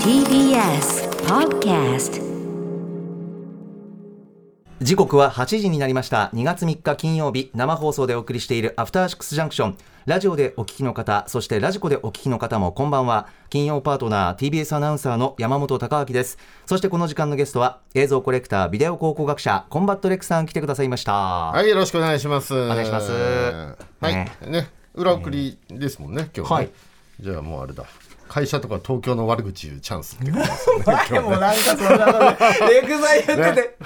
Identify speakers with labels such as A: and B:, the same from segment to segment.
A: TBS Podcast
B: 時刻は8時になりました2月3日金曜日生放送でお送りしているアフターシックスジャンクションラジオでお聞きの方そしてラジコでお聞きの方もこんばんは金曜パートナー TBS アナウンサーの山本貴明ですそしてこの時間のゲストは映像コレクタービデオ考古学者コンバットレックさん来てくださいましたは
C: はい、よろしくお願いします。お
B: 願いします
C: はい、
B: ね
C: ね、裏送りですもんね、今日ね。
B: はい
C: じゃあもうあれだ。会社とか東京の悪口言うチャンスってことですね
B: い、もうなんかそんなことエグザイ言ってて、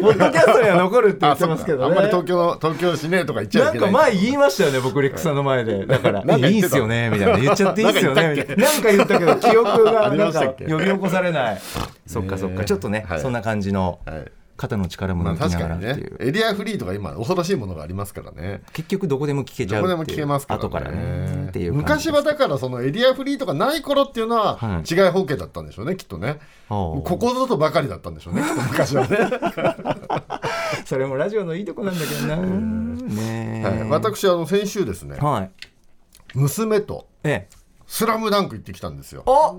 B: ポッドキャストには残るって言
C: あ、
B: って
C: そ
B: ま
C: っ
B: す
C: か
B: け。ど
C: あん
B: ね
C: まり東京の、東京しねえとか言っちゃ
B: ないん
C: け
B: か
C: ない。
B: 前言いましたよね、僕、レックさんの前で。だから、
C: なんか
B: いいっ
C: 言って
B: す
C: た
B: よね、みたいな。言っちゃっていいっすよね、
C: なんか
B: みい
C: 言ったたっ
B: な。なんか言ったけど、記憶が
C: あり
B: なん
C: ました
B: か
C: っけ
B: 呼び起こされない。そっかそっか、ちょっとね、
C: はい
B: そんな感じの
C: はい
B: 肩の力も
C: ま
B: 抜
C: あ
B: き
C: 確
B: なが
C: から
B: っ
C: に
B: て
C: ね
B: い、う。
C: エリアフリーとか今恐ろしいものがありますからね。
B: 結局、どこでも聞けちゃ
C: ど
B: う
C: こ
B: ってい
C: で
B: う。
C: も聞けますからね。
B: 後からね。っていう感じ
C: 昔はだからそのエリアフリーとかない頃っていうの
B: は
C: はい違い方形だったんでしょうね、きっとね。
B: お
C: こ
B: う
C: こぞとばかりだったんでしょうね、きっ と昔はね。
B: それもラジオのいいとこなんだけどな。 ねえ
C: はい、私、あの、先週ですね、
B: はい。
C: 娘と
B: ええ。
C: スラムダンク行ってきたんですよ。
B: お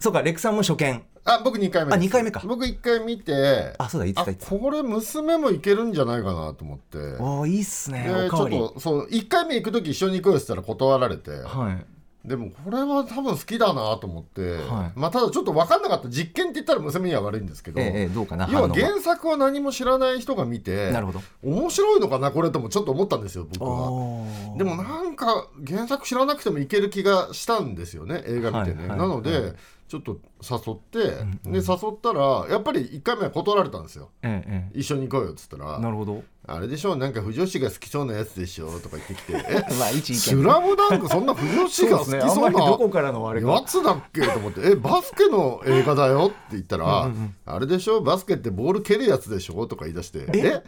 B: そうか、レックさんも初見。
C: あ、僕2回目です。
B: あ二回目か
C: 僕1回見て、
B: あ、そうだ、いつだ、いつだ。
C: これ娘もいけるんじゃないかなと思って。
B: おーいいっすね、
C: で
B: お
C: ち
B: か
C: ょ
B: わ
C: っ
B: り。
C: とそう1回目行く時一緒に行こうよって言ったら断られて、
B: はい。
C: でもこれは多分好きだなと思って、
B: はい
C: まあ、ただちょっと分かんなかった実験って言ったら娘には悪いんですけど、
B: ええええ、どうかな、
C: 要
B: 反応
C: は
B: は。
C: 原作を何も知らない人が見て
B: なるほど。
C: 面白いのかなこれともちょっと思ったんですよ僕は。
B: あー
C: でもなんか原作知らなくてもいける気がしたんですよね映画見て
B: は
C: ね、
B: いはい
C: なので、ちょっと誘って、で誘ったらやっぱり1回目は断られたんですよ
B: えええ
C: 一緒に行こうよっつったら
B: え、なるほど。
C: あれでしょなんか不女子が好きそうなやつでしょとか言ってきてえ
B: まあ、一
C: スラムダンクそんな不女子が好きそうな
B: あんまりどこからのあれ
C: や
B: か。
C: つだっけと思って「えバスケの映画だよ」って言ったら「あれでしょバスケってボール蹴るやつでしょ」とか言い出して「え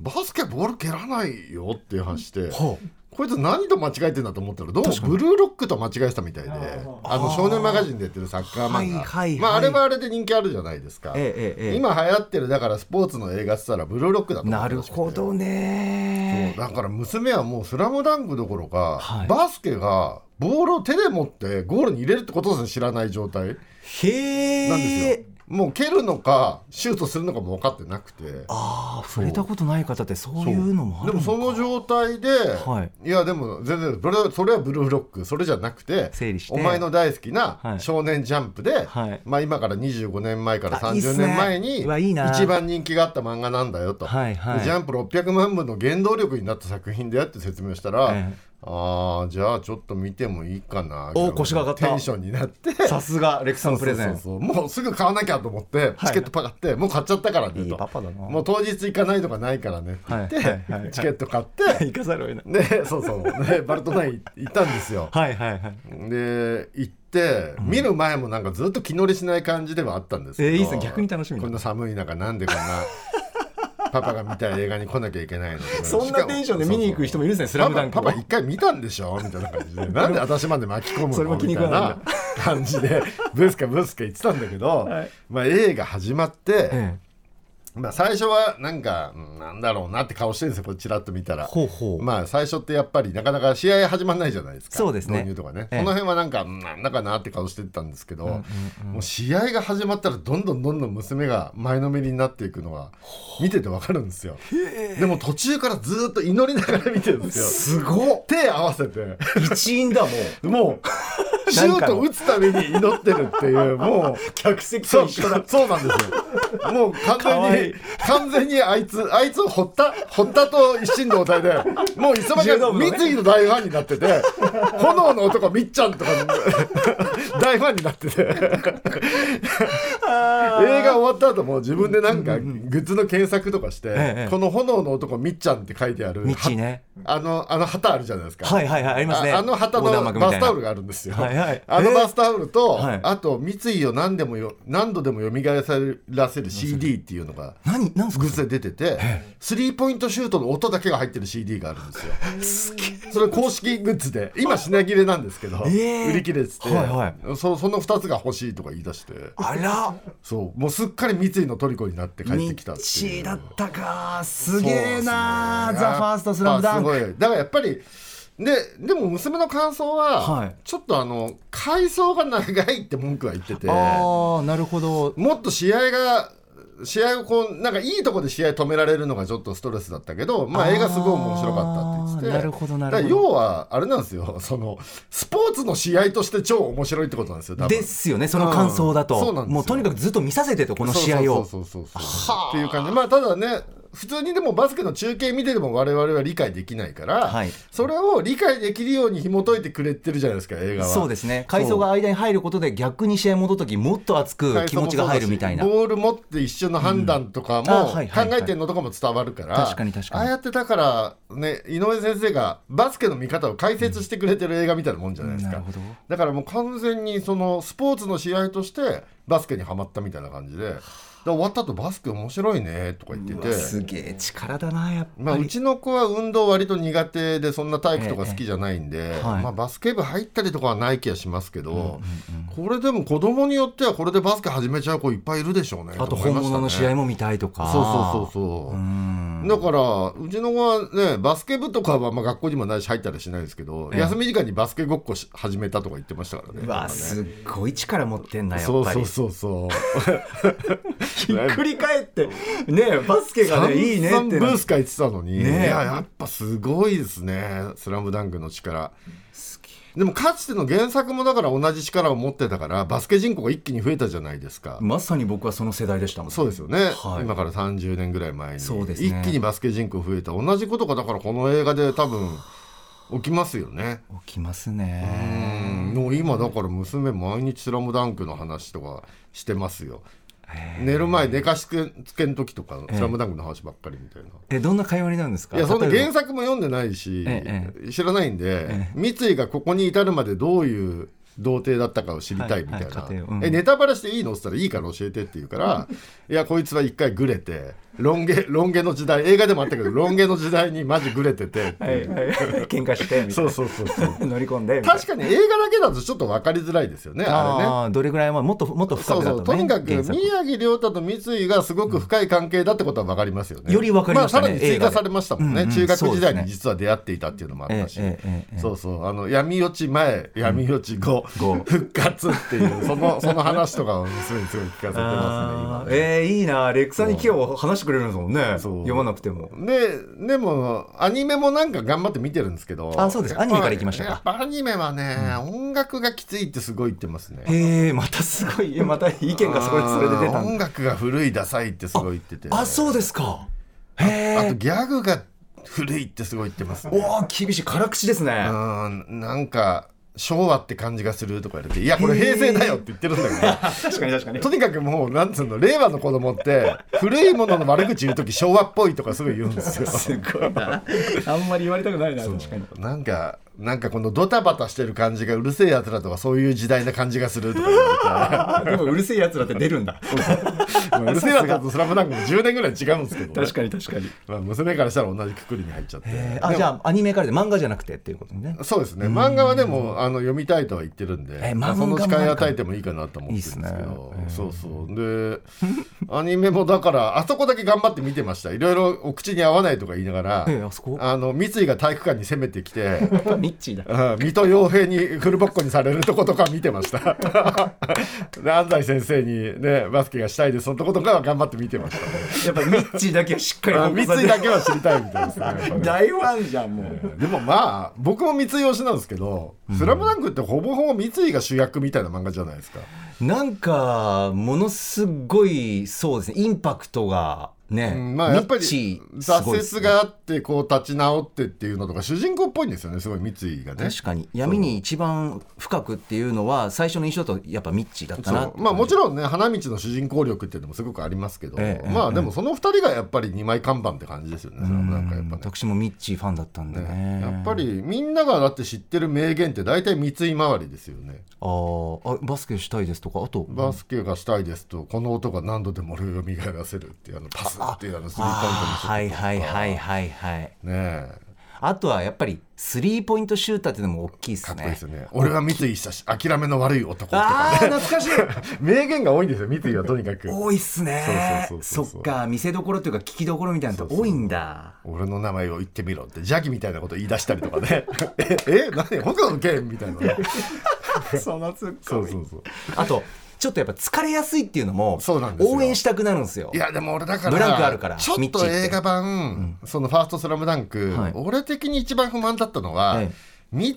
C: バスケボール蹴らないよ」っていう話して。
B: ほ
C: こいつ何と間違えてんだと思ったらどうもブルーロックと間違えてたみたいであの少年マガジンでやってるサッカー漫画、
B: はいはいはい
C: まあ、あれはあれで人気あるじゃないですか、
B: ええええ
C: 今流行ってるだからスポーツの映画っつったらブルーロックだと
B: う
C: 思っ
B: な
C: てた
B: る
C: らしくて
B: ほどね。
C: だから娘はもう「スラムダンクどころか、
B: はい
C: バスケがボールを手で持ってゴールに入れるってことすら知らない状態
B: へえ。
C: なんですよ、もう蹴るのかシュートするのかも分かってなくて
B: ああ、触れたことない方ってそういうのもあ
C: で
B: るのか
C: もその状態で、、
B: はい
C: やでも全然それはそれはブルーロックそれじゃなくて
B: 整理して
C: お前の大好き
B: は
C: ない少年ジャンプで、
B: はい
C: まあ、今から25年前から
B: あいいっす
C: 30
B: ね
C: 年前に
B: うわいいな
C: 一番人気があった漫画なんだよと、
B: はいはい
C: でジャンプ600万部の原動力になった作品だよって説明したら、
B: ええ
C: ああじゃあちょっと見てもいいかな
B: お腰が上がった
C: テンションになって。
B: さすがレクさんのプレゼン。
C: そうそうそうもうすぐ買わなきゃと思ってチケットパカって、もう買っちゃったからねと
B: いいパパだな
C: もう当日行かないとかないからねって言って、
B: はいはいはい
C: チケット買って
B: 行かざるを得ない。
C: でそうそうでバルトナイン行ったんですよ
B: はいはいはい。
C: で行って見る前もなんかずっと気乗りしない感じではあったんですけど、
B: えーいいっすね逆に楽しみだ
C: こんな寒い中なんで こんなパパが見たい映画に来なきゃいけないの
B: そんなテンションで見に行く人もいるんですね
C: しかも
B: スラムダンクを
C: パパパパ一回見たんでしょみたいな感じでなんで私まで巻き込むの
B: それも気に
C: み
B: 食
C: た
B: わ
C: い
B: ない
C: な感じでブスカブスカ言ってたんだけど、
B: はい
C: まあ、映画始まって、
B: ええ。
C: まあ、最初はなんかうんなんだろうなって顔してるんですよこれちらっと見たら。
B: ほうほう。
C: まあ最初ってやっぱりなかなか試合始まらないじゃないですか
B: そうですね
C: 導入とかね、
B: ええ
C: この辺はなんかうんなんだかなって顔してたんですけど、もう試合が始まったらどんどんどんどん娘が前のめりになっていくのは見ててわかるんですよでも途中からずっと祈りながら見てるんですよ
B: すごっ。
C: 手合わせて
B: 一員だもう。
C: もうシュート打つために祈ってるってい うもう
B: 客席
C: そ
B: と
C: う
B: 一緒だ。
C: そうなんですよ。もう完
B: かわい
C: 全
B: い
C: に、完全にあいつ、あいつを掘った、掘ったと一心同体で、もう
B: 柔
C: 磯
B: 道
C: 間が
B: 部のね
C: 三井の大ファンになってて、炎の男みっちゃんとか、 大ファンになってて、映画終わった後もう自分でなんかグッズの検索とかして、
B: ええ
C: この炎の男みっちゃんって書いてある、
B: ミッチーね。
C: あの、あの旗あるじゃないです か。
B: はいはいはい、ありますね。
C: ああの旗
B: 横
C: の
B: 断幕み
C: バ
B: た
C: ス
B: いな
C: タオルがあるんですよ。
B: はいはい
C: あのバスタオルと、
B: はい
C: あと三井を何でもよ何度でも蘇らせる CD っていうのが
B: 何、何すか
C: グッズで出てて、スリーポイントシュートの音だけが入ってる CD があるんですよ。それ公式グッズで、今品切れなんですけど、
B: えー
C: 売り切れてて、
B: は
C: そその2つが欲しいとか言い出して、
B: あら。
C: そうもうすっかり三井の虜になって帰ってきたっていう。
B: ミッチーだったかす
C: そう
B: げ
C: です
B: え
C: ね
B: なー、ザ・ファースト・スラムダンク
C: やっぱすごいだからやっぱりででも娘の感想は、
B: はい
C: ちょっとあの回想が長いって文句は言ってても
B: ああなるほど
C: っと試合が試合をこうなんかいいとこで試合止められるのがちょっとストレスだったけど、まあ、映画すごい面白かったって言ってて
B: あーなるほどな
C: だ
B: る
C: から
B: ほ
C: 要
B: ど
C: はあれなんですよそのスポーツの試合として超面白いってことなんですよ多分
B: ですよねその感想だと、
C: うんそうなんですよ
B: もうとにかくずっと見させてとこの試合を
C: そうそうそうそうそうっていう感じまあただね普通にでもバスケの中継見てても我々は理解できないから、
B: はい
C: それを理解できるように紐解いてくれてるじゃないですか映画は
B: そうですね階層が間に入ることで逆に試合戻った時もっと熱く気持ちが入るみたいな
C: ボール持って一瞬の判断とか
B: うんあは
C: も
B: いはい
C: 考えてるのとかも伝わるから、
B: 確かに確かに
C: ああやってだからね井上先生がバスケの見方を解説してくれてる映画みたいなもんじゃないです
B: な
C: か、
B: るほど
C: だからもう完全にそのスポーツの試合としてバスケにはまったみたいな感じでで終わった後バスケ面白いねとか言って
B: うわす
C: て。
B: げえ力だなやっぱり、
C: まあ、うちの子は運動割と苦手でそんな体育とか好きじゃないんで、
B: ええはい
C: まあ、バスケ部入ったりとかはない気がしますけど、これでも子供によってはこれでバスケ始めちゃう子いっぱいいるでしょうね
B: あと
C: 思い
B: 本
C: ました
B: 物
C: ね
B: の試合も見たいとか
C: そうそう
B: う
C: そうそう
B: うん
C: だからうちの子はねバスケ部とかはまあ学校にもないし入ったりしないですけど、
B: ええ
C: 休み時間にバスケごっこし始めたとか言ってましたからね
B: うわすっごい力持ってんなやっ
C: そう
B: ぱ
C: そ
B: り
C: うそうそう
B: ひっくり返ってねバスケがね いいね
C: 散
B: って
C: 々ブ
B: な
C: ースか言ってたのに、
B: ねえ
C: いややっぱすごいですね「スラムダンクの力
B: すげえ
C: でもかつての原作もだから同じ力を持ってたからバスケ人口が一気に増えたじゃないですか、
B: まさに僕はその世代でしたもん
C: そうですよね、
B: はい
C: 今から30年ぐらい前に
B: そうですね
C: 一気にバスケ人口増えた同じことがだからこの映画で多分起きますよね
B: 起きます
C: う
B: ね
C: んもう今だから娘毎日「スラムダンクの話とかしてますよ
B: へ
C: 寝る前寝かしつけの時とか「
B: ええ
C: スラムダンクの話ばっかりみたいな
B: えどんな会話になるんですか
C: いやそんな
B: 例えば
C: 原作も読んでないし、
B: え
C: 知らないんで、
B: え
C: 三井がここに至るまでどういう童貞だったかを知りたいみた
B: は
C: いな、
B: いはい家庭をうん
C: えネタバレしていいのって言ったらいいから教えてって言うからいやこいつは一回グレてロン毛ロン毛の時代映画でもあっ たけどロン毛の時代にマジグレててって
B: はいいうはい、 喧嘩してみたい
C: そう
B: な
C: そうそう そう
B: 乗り込んでみたいな
C: 確かに映画だけだとちょっと分かりづらいですよねあれね。
B: あーどれぐらいはもっともっと深
C: そう
B: くだ
C: そ
B: とね
C: うとにかく
B: 原
C: 宮
B: 作
C: 城亮太と三井がすごく深い関係だってことは分かりますよね。
B: より分かりましたね
C: あ、さらに追
B: 映画
C: 加
B: で
C: されましたもんね、
B: うんうん
C: 中学時代
B: そうですね
C: に実は出会っていたっていうのもあったし、
B: ええええええ
C: そうそうあの闇落ち前闇落ち後、
B: 後
C: 復活っ ていうそのその話とかを娘にすごい聞かせて
B: あ
C: ま
B: ー
C: すね今
B: え
C: ね。
B: ー、いいなレックさんに今日話してくれるんですもんね
C: そう
B: 読まなくても
C: ででもアニメもなんか頑張って見てるんですけど
B: あそうですアニメから行きましたか
C: やっぱアニメはね、音楽がきついってすごい言ってますね
B: へえまたすごいいやまた意見がそれそれで出た
C: あー音
B: んだ
C: 楽が古いダサいってすごい言ってて
B: あそうですかへ
C: あと
B: え
C: ギャグが古いってすごい言ってますね。
B: おお厳しい辛口ですね
C: うーんなんか昭和って感じがするとか言われて「いやこれ平成だよ」って言ってるんだけど、
B: 確かに確かに
C: とにかくもうなんつうの令和の子供って古いものの悪口言う時昭和っぽいとかすごい言うんですよ。
B: すごいなあんまり言われたくないな確かに
C: なんかなんかこのドタバタしてる感じがうるせえやつらとかそういう時代な感じがするとか言われて
B: あでもうるせえやつらって出るんだ
C: まあうるせえやつらと「スラムダンクも10年ぐらい違うんですけどね、
B: 確かに確かに
C: まあ、娘からしたら同じくくりに入っちゃって。
B: あじゃあアニメからで漫画じゃなくてっていうことね
C: そうですね漫画はでもあの読みたいとは言ってるんで、
B: え
C: まあ
B: 漫画
C: その時間
B: も
C: に
B: なんか
C: 与えてもいいかなと思ってるんですけ
B: い
C: ど
B: いっすね
C: そうそうでアニメもだからあそこだけ頑張って見てましたいろいろお口に合わないとか言いながら、
B: ええあそこ
C: あの三井が体育館に攻めてきて
B: ミッチーだ
C: うん水戸洋平にフルボッコにされるとことか見てましたで安西先生にねバスケがしたいですそのとことかは頑張って見てましたね、
B: やっぱミッチーだけはしっかり
C: あ
B: 報
C: 三
B: 告され
C: 井
B: て
C: だけは知りたいみたいですねやっぱね
B: 大ファンじゃんもう
C: でもまあ僕も三井推しなんですけど「スラムダンクってほぼほぼ三井が主役みたいな漫画じゃないですか、
B: なんかものすごいそうですねインパクトがね、
C: うんまあやっぱり
B: ミッチーすごいです
C: 挫
B: ね
C: 折があってこう立ち直ってっていうのとか主人公っぽいんですよねすごい三井がね
B: 確かに闇に一番深くっていうのは最初の印象だとやっぱミッチーだったな
C: そうまあもちろんね花道の主人公力っていうのもすごくありますけど、
B: ええ
C: まあでもその2人がやっぱり2枚看板って感じですよね、スラムダンクはやっぱね
B: 私もミッチーファンだったんでね
C: ねやっぱりみんながだって知ってる名言って大体三井周りですよね
B: あーあバスケしたいですとかあと
C: バスケがしたいですとこの音が何度でも俺を蘇らせるっていうあのパスっていうあのスリーポイントのシュートとか
B: あーはいはいはいはいはい
C: ねえ
B: あとはやっぱりスリーポイントシューターっていうのも大きいです
C: かっこいい
B: ね
C: ですよね俺は三井久志諦めの悪い男と
B: ああ
C: かね
B: 懐かしい
C: 名言が多いんですよ三井はとにか く
B: 多いっすね
C: そうそうそうそう
B: そっか見せどころというか聞きどころみたいなのって多いんだ
C: 俺の名前を言ってみろって邪気みたいなこと言い出したりとかね ええ何北の剣みたいなね
B: そのツッ
C: そうそうそう
B: あとちょっとやっぱ疲れやすいっていうのも
C: そうなんですよ
B: 応援したくなるんですよ
C: いやでも俺だから
B: ブランクあるから
C: ちょ
B: ミ
C: っ
B: ッチー
C: と
B: って
C: 映画版、その「ファーストスラムダンク、
B: はい
C: 俺的に一番不満だったのは、
B: え
C: 三井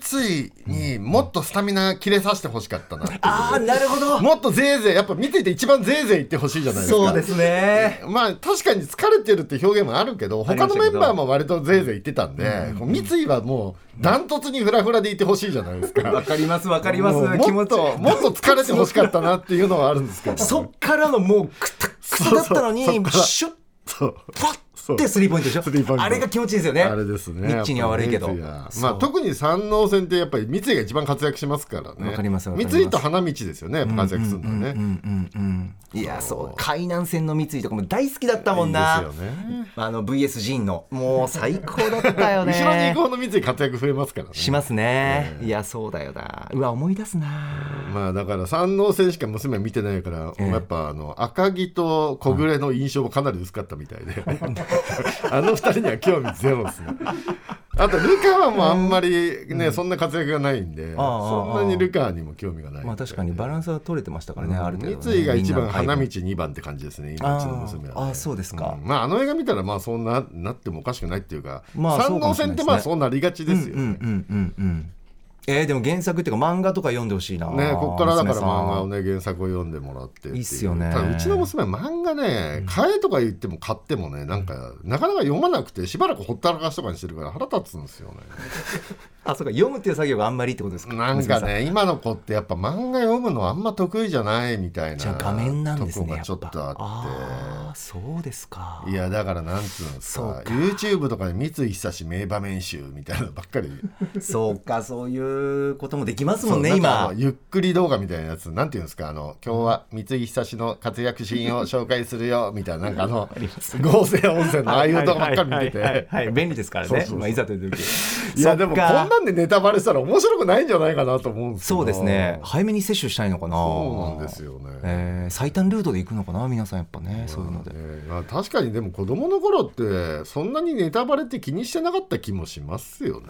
C: にもっとスタミナ切れさせてほしかったなっていう
B: ああなるほど
C: もっとぜいぜいやっぱ見てて一番ぜいぜい言ってほしいじゃないですか
B: そうですね
C: まあ確かに疲れてるって表現もあるけど
B: ありま
C: 他
B: した
C: の
B: けど
C: メンバーも割とぜいぜい言ってたんで、こう三井はもうダントツにフラフラでいてほしいじゃないです か
B: わかりますわかります
C: もう
B: 気
C: も
B: 持
C: っ
B: ち
C: ともっと疲れてほしかったなっていうのはあるんです けど
B: そっからのもうくたくただったのに
C: そうそうそっから
B: シュッ
C: そう
B: パッてスリーポイントでしょ
C: スリーポイント
B: あれが気持ちいいですよね
C: あれですね
B: ミッチには悪いけど
C: やっぱり三井は
B: そ
C: まあ、
B: う
C: 特に山王戦ってやっぱり三井が一番活躍しますからね
B: わかりますわか
C: 三
B: ります
C: 井と花道ですよねやっぱ活躍するのはね、
B: うんうんうんいやそう海南線の三井とかも大好きだったもんない
C: いですよね
B: あの VS ジーンのもう最高だったよね
C: 後ろに行こうの三井活躍増えますからね
B: しますね、いやそうだよなうわ思い出すな、
C: まあだから山王戦しか娘は見てないから、
B: ええ
C: やっぱあの赤城と小暮の印象もかなり薄かったみたいで、 あの二人には興味ゼロですね。あとルカワもあんまりね、そんな活躍がないんで、
B: ああああ
C: そんなにルカワにも興味がないみたいで。
B: まあ確かにバランスは取れてましたからね、ある程度ね、
C: 三井が一番
B: みんなの配
C: 花
B: 分
C: 道二番って感じですね今うちの娘は、ね、
B: あーあーそうですか
C: んまああの映画見たらまあそんななってもおかしくないっていうか、
B: まあ
C: 山王戦ってまあそうなりがちですよ
B: う
C: ね、
B: んうんうんうんえー、でも原作っていうか漫画とか読んでほしいな
C: ね、こっからだから
B: 娘さん
C: 漫画をね原作を読んでもらってっていう
B: いいっすよね
C: ただうちの娘漫画ね買えとか言っても買ってもねなんかなかなか読まなくてしばらくほったらかしとかにしてるから腹立つんですよね
B: あそうか読むっていう作業があんまりってことですか
C: なん
B: 娘
C: か
B: さ
C: ね今の子ってやっぱ漫画読むのあんま得意じゃないみたいな
B: じゃあ画面なんです
C: とこ
B: ね
C: がちょっと
B: やぱ
C: あ
B: あーそうですか
C: っていやだからなんつうの
B: そう
C: さ
B: か
C: YouTube とかで三井久志名場面集みたいなのばっかり
B: そうかそういうこともできますも
C: そ
B: ん
C: う
B: ね
C: なんかあ
B: 今
C: のゆっくり動画みたいなやつなんていうんですかあの今日は三井久志の活躍シーンを紹介するよみたいななんかあ の合成音声のああいう動画ばっかり見て
B: はいはい
C: て
B: はいはい便利ですから
C: そう
B: ね
C: そうそう
B: まあいざという時
C: いやでもこん
B: そっか
C: なんでネタバレしたら面白くないんじゃないかなと思うんですけど
B: そうですね早めに接種したいのかな
C: そうなんですよね
B: えー最短ルートで行くのかな皆さんやっぱねそういうので
C: ねまあ確かにでも子供の頃ってそんなにネタバレって気にしてなかった気もしますよね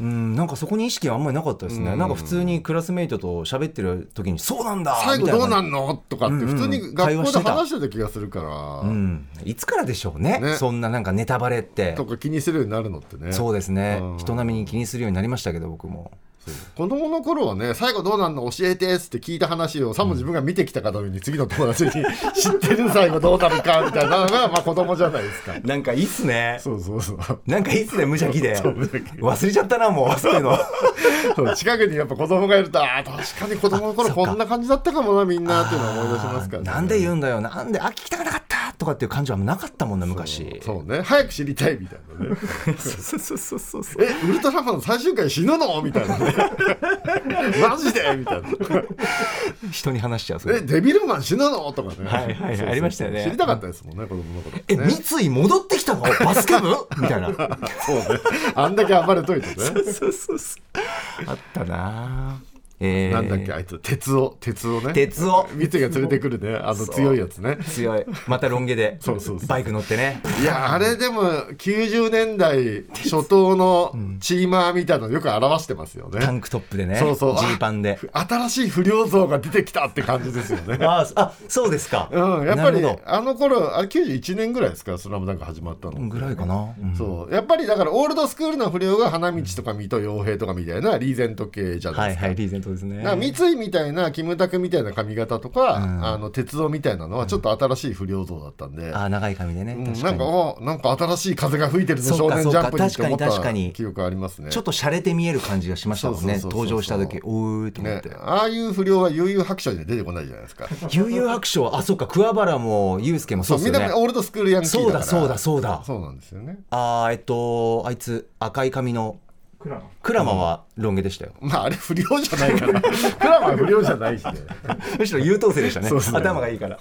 B: うんなんかそこに意識はあんまりなかったですねなんか普通にクラスメイトと喋ってる時に「そうなんだ!」
C: 最後どうなんんのとかって普通に
B: うんうん会話
C: 学校
B: し
C: で
B: てた
C: 話してた気がするから、
B: うんいつからでしょうね
C: ね
B: そんななんかネタバレって
C: とか気にするようになるのってね
B: そうですね
C: うん
B: 人並みに気にするようになりましたけど僕も
C: 子供の頃はね最後どうなんの教えてっつって聞いた話をさも自分が見てきたかのように次の友達に 知ってる最後どうなるかみたいなのがまあ子供じゃないですか
B: なんかいいっすね
C: そうそうそう
B: なんかいいっすね無邪気 で
C: そう無邪気
B: 忘れちゃったな もうそういうの
C: そう近くにやっぱ子供がいるとああ確かに子供の頃
B: あそっか
C: こんな感じだったかもなみんなっていうのを思い出しますから、ね、
B: なんで言
C: う
B: うんだよなんであ聞きたくなかったとかっていう感じはなかったもんね昔
C: そうね早く知りたいみたいなね
B: そうそうそうそうそう
C: えウルトラマン最終回死ぬのみたいなね マジでみたいな
B: 人に話しちゃうそ
C: え
B: れ
C: デビルマン死ぬのとかね
B: はいはいはい
C: そうそうそう
B: ありましたよね
C: 知りたかったですもんね子供の頃
B: え
C: ね
B: 三井戻ってきたのバスケ部 みたいな
C: そうね。あんだけ暴れといてね。
B: そうそうそうあったなえー
C: なんだっけあいつ鉄を鉄をね
B: 鉄を
C: 三井が連れてくるねあの
B: う
C: 強いやつね
B: 強いまたロン毛で
C: そうそうそう
B: バイク乗ってね
C: いやあれでも90年代初頭のチーマーみたいなのよく表してますよね
B: タンクトップでねジ
C: そうそう
B: ーパンで
C: あ新しい不良像が出てきたって感じです よね
B: ああそうですか
C: うんやっぱり
B: なるほ
C: あの頃あれ91年ぐらいですか「スラムダンク始まったの
B: どぐらいかな、うん
C: そうやっぱりだからオールドスクールの不良が花道とか水戸洋平とかみたいなリーゼント系じゃな
B: は
C: いで
B: い
C: すか、
B: はいリーゼントですね
C: だから三井みたいなキムタクみたいな髪型とか、あの鉄道みたいなのはちょっと新しい不良像だったんで、
B: あ長い髪でね、
C: うん
B: 確
C: な
B: か
C: ん
B: に
C: かおなんか新しい風が吹いてるぞ
B: そう
C: 少
B: か
C: 年ジャンプにっ
B: そう
C: て
B: か
C: 思
B: 確
C: っ
B: かに確かに
C: た記憶ありますね
B: ちょっと洒落て見える感じがしましたもんね
C: そうそうそうそ
B: 登
C: う
B: 場した時おーいと思っ
C: ね
B: て、、
C: ああいう不良は悠々白書には出てこないじゃないですか
B: 悠々白書あそうか桑原も祐介もそうです
C: みん
B: よね
C: なオールドスクールヤンキー
B: そうだ
C: だから
B: そうだそうだ
C: そうなんですよね
B: あーえっとあいつ赤い髪の
D: クラマ
B: クラマはロン毛でしたよ、
C: まああれ不良じゃな いからクラマは不良じゃないしね
B: むしろ優等生でしたね
C: そうですね
B: 頭がいいからう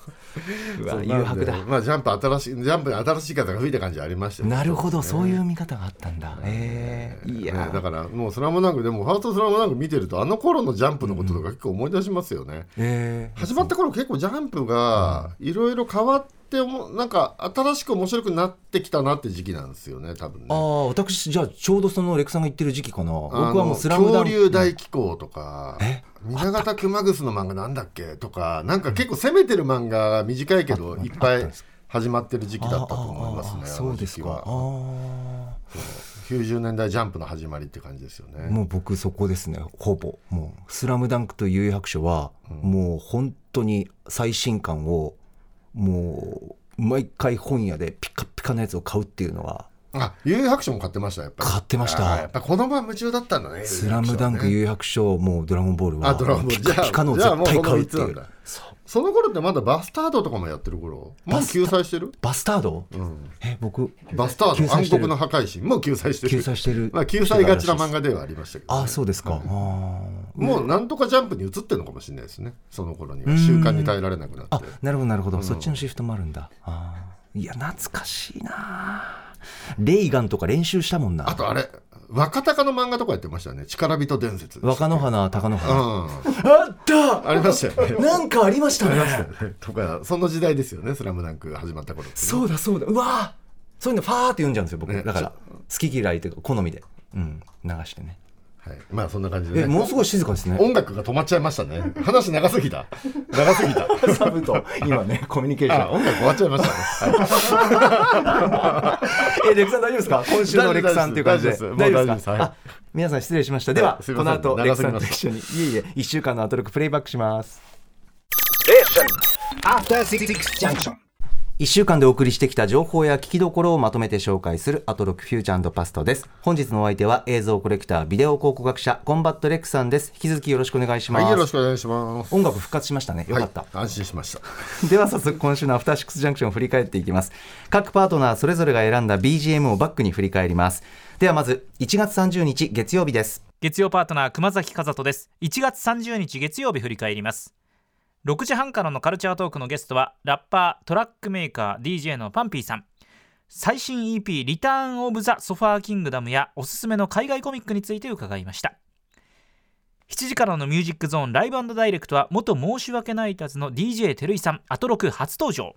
C: そう
B: わ誘
C: なんで
B: 惑だ
C: まあジャンプ新しいジャンプに新しい方が吹いた感じありましたよね
B: なるほどそういう見方があったんだええいや
C: ねだ
B: ー
C: からもう「スラムダンクでも「ファーストスラムダンク見てるとあの頃のジャンプのこととか結構思い出しますよね、
B: えー
C: 始まった頃結構ジャンプがいろいろ変わってもなんか新しく面白くなってきたなって時期なんですよね多分
B: あ
C: ね
B: あ私じゃあちょうどそのレクさんが言ってる時期かな僕
C: あの
B: はもうスラムダンク
C: 恐竜大気候とか
B: え
C: 水俣熊楠の漫画なんだっけとかなんか結構攻めてる漫画が短いけどいっぱい始まってる時期だったと思いますね
B: ああああ
C: あ
B: そ
C: の
B: うで
C: 時
B: す
C: 期
B: か
C: は
B: ああ
C: 90年代ジャンプの始まりって感じですよね
B: もう僕そこですねほぼもう「スラムダンクという白書は、もう本当に最新刊をもう毎回本屋でピカピカのやつを買うっていうのは
C: あ幽遊白書も買ってましたやっぱり
B: 買ってまし
C: あーや
B: た
C: っぱ子供は夢中だったんだ
B: 「
C: ね
B: スラムダンク
C: 幽遊白書はね
B: 有白書もう「ドラゴンボールは」
C: あドラゴンボール
B: ピカピカのを
C: じゃあ
B: 絶対買うって
C: じゃあ
B: い
C: も
B: う
C: こ
B: う
C: の三つなんだ
B: そう
C: その頃ってまだバスタードとかもやってる頃も
B: バ
C: う
B: スタ
C: 救済してる
B: バスタード、
C: ん
B: え僕
C: バスター
B: 救
C: ド
B: 済
C: 暗
B: してる
C: 黒の破壊神もう救済してる
B: 救済してる
C: まあ救済がちな漫画ではありましたけどね、
B: あそうですか、ああ
C: もうなんとかジャンプに移ってるのかもしれないですねその頃には習慣に耐えられなくな
B: あ
C: って
B: なるほどなるほど、そっちのシフトもあるんだあーいや懐かしいなレイガンとか練習したもんな
C: あとあれ若鷹の漫画とかやってましたよね力人伝説
B: 若野花高野
C: う
B: 花
C: ん
B: あった
C: ありまし たよね
B: なんかありましたね
C: とかその時代ですよね「スラムダンクが始まった頃ってね
B: そうだそうだうわーそういうのファーって読んじゃうんですよ僕
C: ね
B: だから好き嫌いというか好みで、うん、流してね
C: はい、まあそんな感じ
B: え
C: でね
B: ものすごい静かですね
C: 音楽が止まっちゃいましたね話長すぎた長すぎ た
B: サブと今 ねコミュニケーシ
C: あ
B: ョン
C: 音楽終わっちゃいましたね、はい
B: えレクさん大丈夫ですか今週のレクさんっていう感じで
C: 大丈夫ですもう大丈夫ですはい
B: あ皆さん失礼しましたでは
C: あすい
B: こ
C: ま
B: の
C: せん
B: 後レクさんと
C: 長
B: 一
C: す
B: 緒にいえいえ1週間のアトロックプレイバックします
E: After Six Junction.
B: 1週間でお送りしてきた情報や聞きどころをまとめて紹介するアトロックフューチャーパストです本日のお相手は映像コレクタービデオ考古学者コンバットレックさんです引き続きよろしくお願いします、
C: はい、よろしくお願いします
B: 音楽復活しましたねよかった、
C: はい、安心しました
B: では早速今週のアフターシックスジャンクションを振り返っていきます各パートナーそれぞれが選んだ BGM をバックに振り返りますではまず1月30日月曜日です
F: 月曜パートナー熊崎和人です1月30日月曜日振り返ります6時半からのカルチャートークのゲストはラッパートラックメーカー DJ のパンピーさん最新 EP「リターン・オブ・ザ・ソファー・キングダム」やおすすめの海外コミックについて伺いました7時からのミュージックゾーンライブダイレクトは元申し訳ないたずの DJ 照井さんアトロク初登場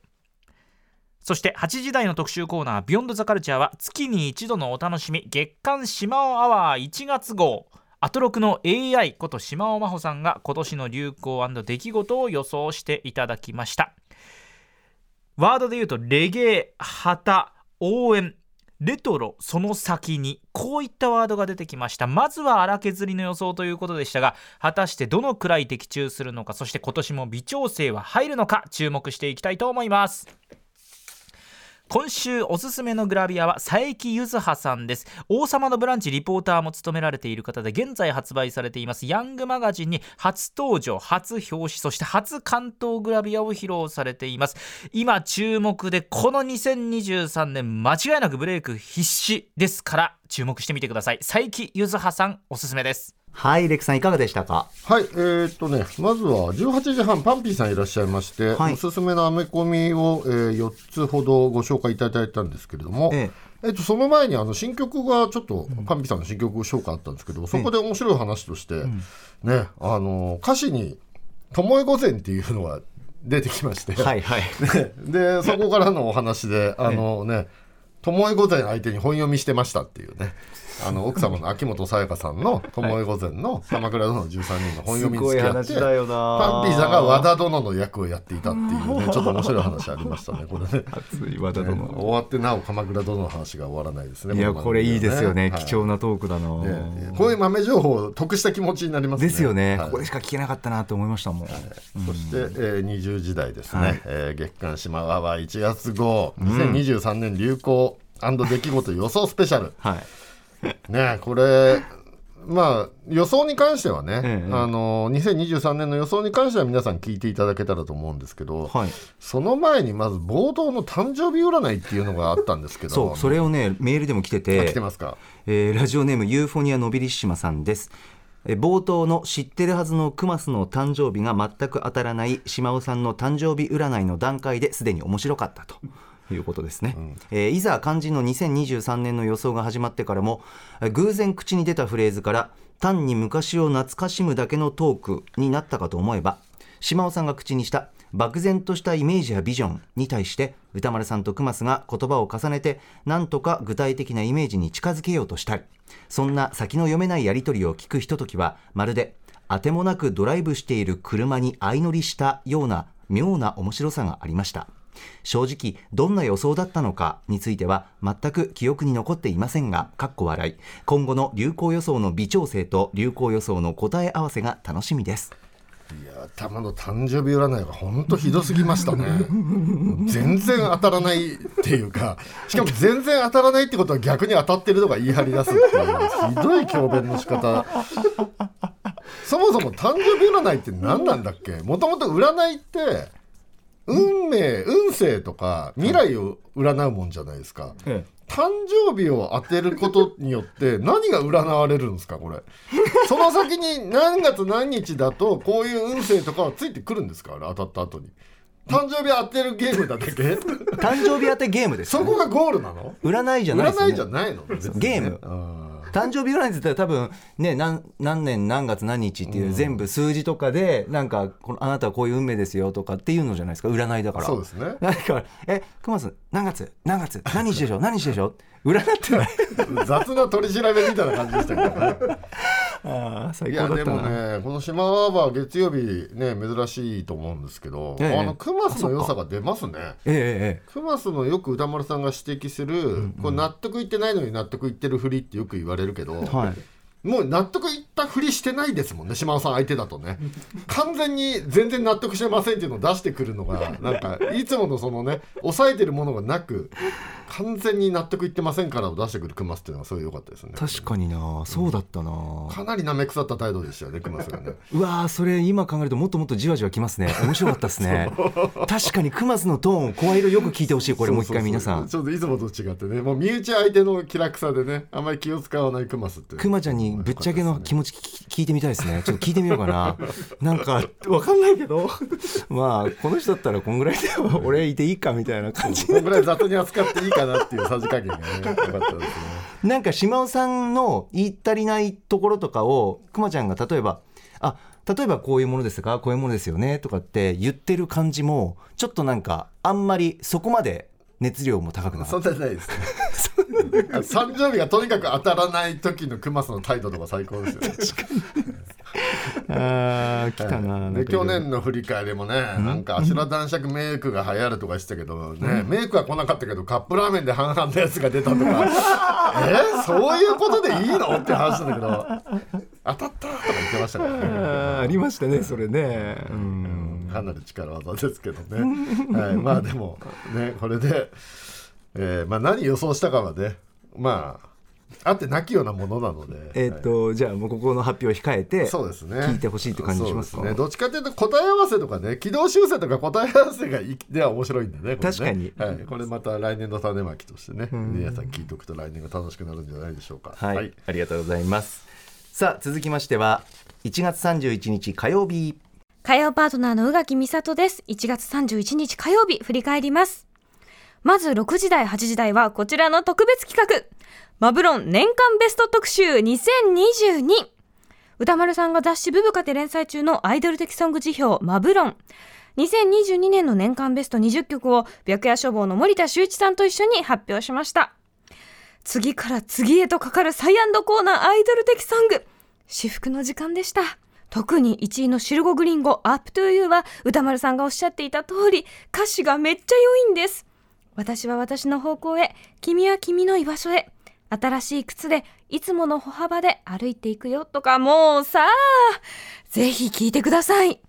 F: そして8時台の特集コーナー「ビヨンドザカルチャーは月に一度のお楽しみ月刊しまおアワー1月号アトロクの AI こと島尾真帆さんが今年の流行出来事を予想していただきましたワードで言うとレゲエ旗応援レトロその先にこういったワードが出てきましたまずは荒削りの予想ということでしたが果たしてどのくらい的中するのかそして今年も微調整は入るのか注目していきたいと思います今週おすすめのグラビアは佐伯ゆずはさんです王様のブランチリポーターも務められている方で現在発売されていますヤングマガジンに初登場初表紙そして初関東グラビアを披露されています今注目でこの2023年間違いなくブレイク必至ですから注目してみてください佐伯ゆずはさんおすすめです
B: はいレクさんいかがでしたか
C: はい、えーっとね、まずは18時半、パンピーさんいらっしゃいまして、
B: はい
C: おすすめのアメコミを、えー4つほどご紹介いただいたんですけれども、
B: え
C: えっと、その前にあの新曲がちょっと、パンピーさんの新曲紹介あったんですけど、そこで面白い話として、ね、あの歌詞に「ともえ御前」っていうのが出てきまして、
B: はいはい
C: でそこからのお話であのね「巴御前相手に本読みしてました」っていうねあの奥様の秋元才加さんの「巴御前」の「鎌倉殿の13人」の本読みに付き合って
B: すごい話だよな
C: パンピーさんが和田殿の役をやっていたっていうね ちょっと面白い話ありましたねこれね。
B: 和田
C: ね終わってなお鎌倉殿の話が終わらないですね。
B: いや
C: の番組は
B: これいいですよね、
C: はい
B: 貴重なトークだな、
C: ねこういう豆情報を得した気持ちになりますね。
B: ですよね、
C: はい
B: ここでしか聞けなかったなと思いましたもん、
C: そして、えー、20時代ですね、
B: はい
C: えー月刊しまわは1月号2023 年流行出来事予想スペシャル、
B: はい
C: ねこれまあ、予想に関してはね、
B: ええ
C: あの2023年の予想に関しては皆さん聞いていただけたらと思うんですけど、
B: はい、
C: その前にまず冒頭の誕生日占いっていうのがあったんですけど
B: そうそれをねメールでも来て
C: あ
B: て
C: 来てますか
B: えーラジオネームユーフォニアのびりしまさんですえー冒頭の知ってるはずのクマスの誕生日が全く当たらない島尾さんの誕生日占いの段階ですでに面白かったということですね、えーいざ肝心の2023年の予想が始まってからもえー偶然口に出たフレーズから単に昔を懐かしむだけのトークになったかと思えば島尾さんが口にした漠然としたイメージやビジョンに対して歌丸さんと熊須が言葉を重ねてなんとか具体的なイメージに近づけようとしたりそんな先の読めないやり取りを聞くひとときはまるであてもなくドライブしている車に相乗りしたような妙な面白さがありました正直どんな予想だったのかについては全く記憶に残っていませんがかっこ笑い今後の流行予想の微調整と流行予想の答え合わせが楽しみです
C: いや頭の誕生日占いが本当ひどすぎましたね 全然当たらないっていうかしかも全然当たらないってことは逆に当たってるとか言い張り出すっていうひどい強弁の仕方そもそも誕生日占いって何なんだっけもともと占いって運命運勢とか未来を占うもんじゃないですか、誕生日を当てることによって 何が占われるんですかこれその先に何月何日だとこういう運勢とかはついてくるんですかあれ当たった後に誕生日当てるゲームだだけ
B: 誕生日当てゲームです
C: そこがゴールなの
B: 占いじゃないです、ね、
C: 占いじゃないの別に
B: ゲーム
C: あ
B: 誕生日占いって言ったら多分ね何何年何月何日っていう全部数字とかでなんかこのあなたはこういう運命ですよとかっていうのじゃないですか占いだか
C: ー
B: ら
C: そうですね
B: だからえ熊さん何月何月何日でしょう何日でしょう占ってない
C: 雑な取り調べみたいな感じでしたけどね
B: ああ最
C: い
B: 高
C: や
B: だっ
C: で
B: た
C: も
B: な、
C: ねこの島はは月曜日ね珍しいと思うんですけど、
B: ええ
C: あのクマスの良さが出ますね
B: えええ
C: クマスのよく歌丸さんが指摘する、こう納得いってないのに納得いってるふりってよく言われるけど、
B: えええはい
C: もう納得いったふりしてないですもんね島尾さん相手だとね完全に全然納得してませんっていうのを出してくるのがなんかいつものそのね抑えてるものがなく完全に納得いってませんからを出してくるクマスっていうのはすごい良かったですね
B: 確かになそうだったな、
C: かなり舐め腐った態度でしたよねクマスがね
B: うわーそれ今考えるともっともっとじわじわきますね面白かったですね確かに熊津のトーンを声色よく聞いてほ しいこれもう一回皆さん
C: そうそうそうちょっといつもと違ってねもう身内相手の気楽さでねあんまり気を使わないクマスっていう
B: くまちゃんにぶっちゃけの気
C: 持ち
B: 持ち聞き聞いてみたいです ね。ちょっと聞いてみようかな。なんか、わかんないけど、 まあ、この人だったらこんぐらいでも俺いていいかみたいな感じ。
C: こんぐらい雑に扱っていいかなっていうさじ加減がねよかったですね
B: なんか、島尾さんの言い足りないところとかを、くまちゃんが例えば、あ、例えばこういうものですかこういうものですよねとかって言ってる感じも、ちょっとなんか、あんまりそこまで熱量も高くなか
C: そ
B: っ
C: んなにない ですね誕生日がとにかく当たらない時のクマスの態度とか最高ですよね
B: た。あー、来たな。
C: で去
B: の
C: 年の振り返りもね、なんかあしら男爵メイクが流行るとかしてたけど、ね、メイクは来なかったけど、カップラーメンで半々のやつが出たと か、えーそういうことでいいのって話なんだけど、当たったとか言ってましたからね。
B: ありましたね、それね。うん
C: かなり力技ですけどね、 はい、まあでもねこれで、えーまあ、何予想したかはねまああってなきようなものなので、
B: えっと、じゃあもうここの発表を控えて
C: そうですね
B: 聞いてほしいって感じしますか
C: そうですねどっちかというと答え合わせとかね軌道修正とか答え合わせがいでは面白いんでねこれね
B: 確かに
C: はい、これまた来年の種まきとしてね皆さん聞いておくと来年が楽しくなるんじゃないでしょうか
B: はい、ありがとうございますさあ続きましては1月31日火曜日
D: 火曜パートナーの宇垣美里です。1月31日火曜日、振り返ります。まず6時台、8時台はこちらの特別企画。マブロン年間ベスト特集2022。歌丸さんが雑誌ブブカで連載中のアイドル的ソング辞表マブロン。2022年の年間ベスト20曲を白夜処方の森田修一さんと一緒に発表しました。次から次へとかかるサイアンドコーナーアイドル的ソング至福の時間でした特に1位のシルゴグリンゴ「Up to You」は歌丸さんがおっしゃっていた通り歌詞がめっちゃ良いんです私は私の方向へ君は君の居場所へ新しい靴でいつもの歩幅で歩いていくよとかもうさあぜひ聴いてください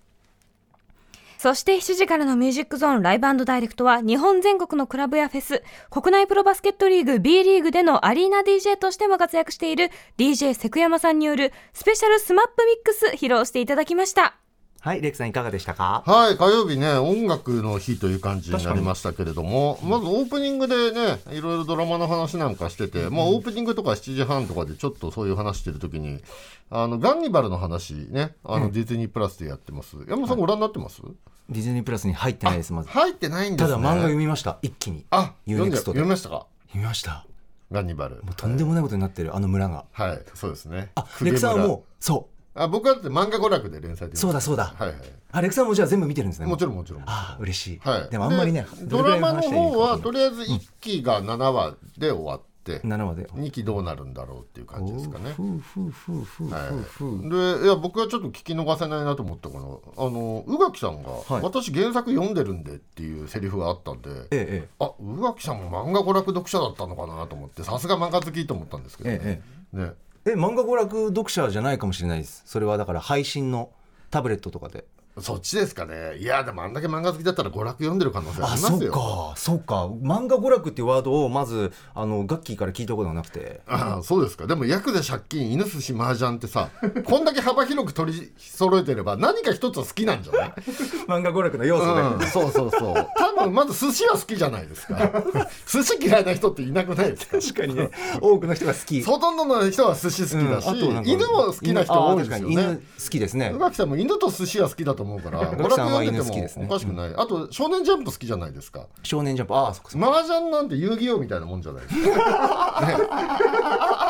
D: そして7時からのミュージックゾーンライブダイレクトは日本全国のクラブやフェス、国内プロバスケットリーグ B リーグでのアリーナ DJ としても活躍している DJ セクヤマさんによるスペシャルスマップミックス披露していただきました。
B: はい、レイクさんいかがでしたか
C: はい、火曜日ね、音楽の日という感じになりましたけれども、まずオープニングでね、いろいろドラマの話なんかしてて、まあオープニングとか7時半とかでちょっとそういう話してるときに、あの、ガンニバルの話ね、あの、ディズニープラスでやってます。山本さんご覧になってます、
B: ディズニープラスに入ってないです、まず。
C: 入ってないんで
B: た
C: すね。
B: だ漫画読みました、一気に。
C: あ、
B: ユ
C: 読
B: ーネ
C: んで
B: クストで
C: 読みましたか
B: 見ました。
C: ガンニバル。
B: とんでもないことになってる、あの村が。
C: はい、そうですね。
B: あ、
C: 公
B: レ
C: 家
B: イク
C: 村
B: さんはもう、そ
C: あ、僕はだって漫画娯楽で連載
B: う、
C: で見た
B: そうだそうだ。
C: はいは
B: あ、レイクさんもじゃあ全部見てるんですね。
C: い。もちろ
B: ん。
C: んもちろん。
B: あー、嬉しい。
C: はい、
B: でもあんまりね、どれ
C: ド
B: くら
C: ラ
B: い
C: マの
B: 話していいかわ
C: 方
B: か
C: は
B: んない
C: とりあえず1期が7話で終わって、
B: 7話で。
C: 2期どうなるんだろうっていう感じですかね。
B: ふうふうふうふう
C: はい
B: ふうふう。
C: でいや僕はちょっと聞き逃せないなと思ったこのあの宇垣さんが、
B: はい
C: 私原作読んでるんで」っていうセリフがあったんで
B: ええ、え
C: あ宇垣さんも漫画娯楽読者だったのかなと思ってさすが漫画好きと思ったんですけどね,、
B: え
C: ね
B: え。え、漫画娯楽読者じゃないかもしれないです。それはだから配信のタブレットとかで。
C: そっちですかねいやでもあんだけ漫画好きだったら娯楽読んでる可能性あ
B: あ、
C: りま
B: そ
C: す
B: う
C: よ
B: か、そうか。漫画娯楽っていうワードをまず、あの、ガッキーから聞いたことがなくて。
C: ああそうですかでもヤクザ借金犬寿司麻雀ってさ こんだけ幅広く取り揃えてれば何か一つは好きなんじゃない、
B: 漫画娯楽の要素で。
C: うん、そうそうそう多分まず寿司は好きじゃないですか 寿司嫌いな人っていなくないですか
B: 確かにね、 多くの人が好き。
C: ほとんどの人は寿司好きだし、犬も好きな人多いで
B: 犬あー確
C: すよ
B: かに犬
C: ね
B: 好きですね
C: 宇。垣さんも犬と寿司は好きだと思うから
B: 宇
C: 娯
B: 垣
C: 楽
B: さんは
C: 読ん
B: 犬
C: で
B: 好きです
C: て
B: ね
C: もおかしくない、あと「少年ジャンプ」好きじゃないですか
B: 少年ジャンプ、ああ、そっかそっか。
C: 麻雀なんて遊戯王みたいなもんじゃない ですか、ね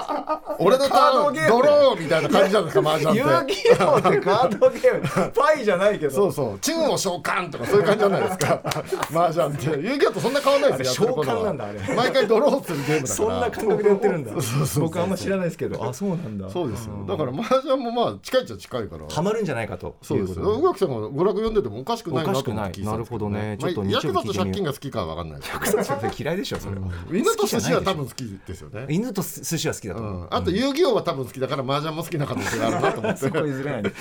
C: 俺のタ
B: カード
C: ーン
B: ゲーム
C: ドローみたいな感じじゃないですか麻雀って
B: 遊戯王ってカードゲーム、 パイじゃないけど。
C: そうそうチューを召喚とかそういう感じじゃないで すか麻雀って遊戯王とそんな変わらないですよやってることは
B: あれ召喚なんだあれ
C: 毎回ドローするゲームだから
B: 覚でやってるんだ
C: そうそう
B: 僕あんま知らないですけど。あ、そうなんだ
C: そうですよだから麻雀もまあ近いっちゃ近いから
B: ハマるんじゃないかと。
C: そうです
B: い
C: よ。
B: こ
C: 宇
B: と
C: 垣さんが娯楽読んでてもおかしくないなと思って聞いてたん
B: おかしくないなる
C: です
B: ほどね
C: まあ
B: ちょっと日曜
C: ヤ
B: 日
C: クザと借金が好きかは分かんないですけど
B: で。嫌いでしょ、それは。
C: 犬と寿司は多
B: 好きじゃないでし
C: 分好きですよね
B: ょ。犬と寿司は好きだと
C: う
B: 思う。
C: ん、あと遊戯王は多分好きだから麻雀も好きな可能性があるなと思って
B: そこ譲れないね。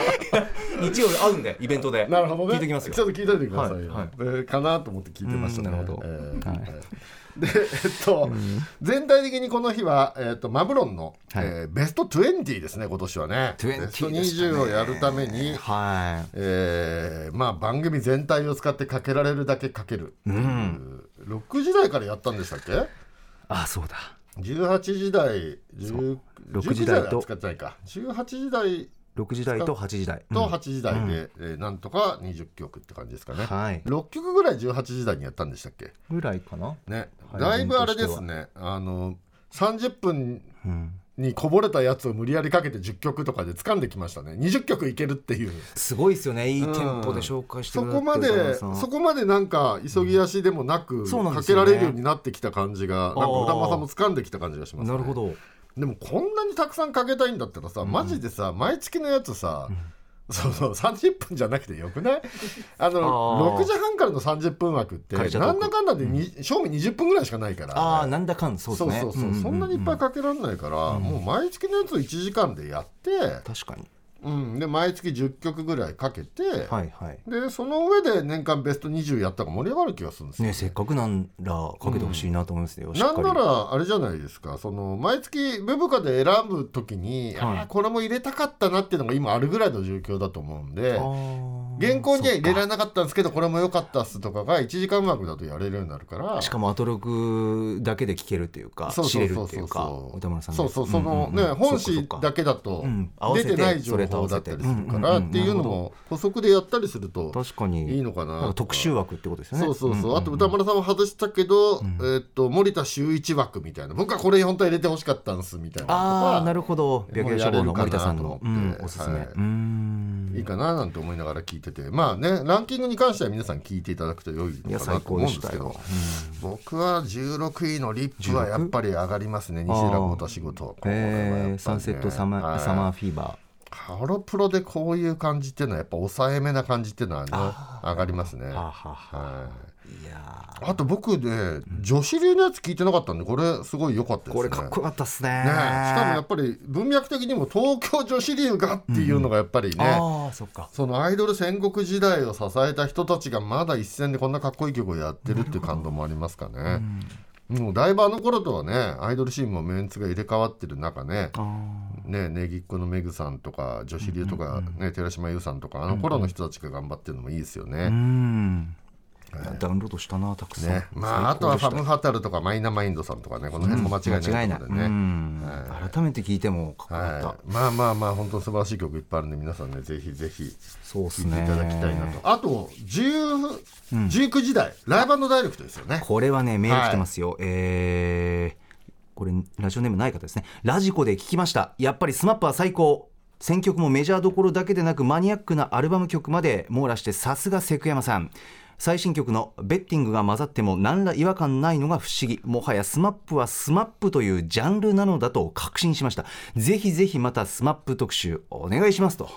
B: 日曜日会うんで、イベントで。
C: なるほどね
B: 聞いてきますよ
C: ちょ。っと聞いといてくださいよ、
B: はい
C: でかなと思って聞いてましたね
B: うんなるほど
C: えー
B: はい
C: はい でえっと、全体的にこの日は、えっと、マブロンの、
B: はい
C: えーベスト20ですね今年はね
B: 20
C: ベスト
B: でしたね
C: 20をやるために、
B: は
C: えーまあ番組全体を使ってかけられるだけかける、
B: い。うん。
C: 6時台からやったんでしたっけ
B: あ、そうだ。
C: 18時台10
B: 6
C: 19
B: 時
C: 時
B: 台
C: 台
B: と
C: は使ってないか18時台
B: 6時台と8時台。
C: と8時台で、えーなんとか20曲って感じですかね、
B: はい
C: 6曲ぐらい18時台にやったんでしたっけ
B: ぐらいかな。
C: ね
B: はい
C: だいぶあれですねあの30分
B: うん。
C: にこぼれたやつを無理やりかけて10曲とかで掴んできましたね20曲いけるっていう
B: すごいですよね。いいテンポで紹介して
C: そ
B: くださ
C: こ
B: って
C: ま
B: る
C: で
B: 田中さん
C: そこまでなんか急ぎ足でもなく、
B: そうなんで
C: か
B: す
C: け
B: よね
C: られるようになってきた感じがなんか歌間さんも掴んできた感じがしますね
B: なるほど。
C: でもこんなにたくさんかけたいんだったらさ、マジでさ毎月のやつさ、そうそう30分じゃなくてよくない あの
B: あー
C: 6時半からの30分枠って
B: カルチャートーク
C: なんだかんだでに、正味20分ぐらいしかないから
B: ああ、なんだかん、そ
C: そうう
B: で
C: そ
B: す
C: う
B: ね。
C: そうそんなにいっぱいかけられないから、もう毎月のやつを1時間でやって、
B: 確かに。
C: うん、で毎月10曲ぐらいかけて、
B: はいはい。
C: でその上で年間ベスト20やったら盛り上がる気がするんですよ、
B: ね、せっかくなんらかけてほしいなと思いますよ。しっ
C: な
B: か
C: ん
B: り
C: ならあれじゃないですかその毎月ブブカで選ぶときに、
B: はい
C: あーこれも入れたかったなっていうのが今あるぐらいの状況だと思うん
B: あ
C: で
B: ー
C: 原稿には入れ
B: そ
C: ら
B: っ
C: れなかったんですけどこれも良かったっすとかが1時間枠だとやれるようになるから
B: かしかもアトロクだけで聞けるというか、
C: そう
B: 知
C: そ
B: れ
C: う
B: る
C: そう
B: ってい
C: そうう
B: か、
C: そう
B: 歌丸さん
C: そうそうそのね本誌だ
B: け
C: けだと
B: うん合わせ
C: 出
B: て
C: てない情報だったりする
B: そ
C: から
B: れと合わせて
C: っていうの
B: うんうん
C: も補足でやったりすると
B: 確かに
C: いいのかな
B: なんか特集枠ってことですよね。
C: そうそうそう、
B: んんん
C: あと歌丸さんは外したけど、えーっと森田修一枠みたいな僕はこれ本当は入れてほしかったんですみたいなのとか
B: ああ、なるほど。白夜処方の森田さんの、う
C: もう
B: ん
C: やれるかなと思って、
B: おすすめ。
C: はいう
B: ーん
C: いいかななんて思いながら聞いててまあねランキングに関しては皆さん聞いていただくと良い
B: いや
C: のか
B: 最
C: なと
B: 高
C: 思
B: で
C: うん
B: し
C: で
B: た
C: すけ
B: よ
C: ど、僕は16位のリップはやっぱり上がりますね西
B: あー
C: 寺豪太仕事これはやっぱりね
B: えーサンセットサマ,、
C: はい
B: サマーフィーバ
C: ハロプロでこういう感じっていうのはやっぱ抑えめな感じっていうのはね上がりますね
B: ー。はあはあはあ
C: はい
B: いや
C: あと僕で女子流のやつ聞いてなかったんでこれすごい良かったですね
B: これかっこよかったっすね
C: ねえしかもやっぱり文脈的にも東京女子流がっていうのがやっぱりね、
B: ああそっか
C: そのアイドル戦国時代を支えた人たちがまだ一戦でこんなかっこいい曲をやってるっていう感動もありますかね。もうだいぶあの頃とはねアイドルシーンもメンツが入れ替わってる中ねねねぎっこのめぐさんとか女子流とか、ね寺島優さんとかあの頃の人たちが頑張ってるのもいいですよ
B: う
C: ね。
B: んダウンロードしたなたくさん
C: ねまあ、あとはファムハタルとかマイナマインドさんとかねこの辺も間違いないところでね。
B: うん改めて聞いてもかっこよかった、
C: はい、まあまあまあ本当素晴らしい曲いっぱいあるんで皆さんねぜひぜひ
B: そうっす
C: 聴い
B: ね
C: ていただきたいなとあと10 19時代、ライブダイレクトですよね
B: これはね、メール来てますよ。えーこれ、ラジオネームない方ですね。ラジコで聞きました。やっぱりスマップは最高。選曲もメジャーどころだけでなくマニアックなアルバム曲まで網羅してさすがセクヤマさん最新曲の「ベッティング」が混ざっても何ら違和感ないのが不思議もはやスマップはスマップというジャンルなのだと確信しましたぜひぜひまたスマップ特集お願いしますと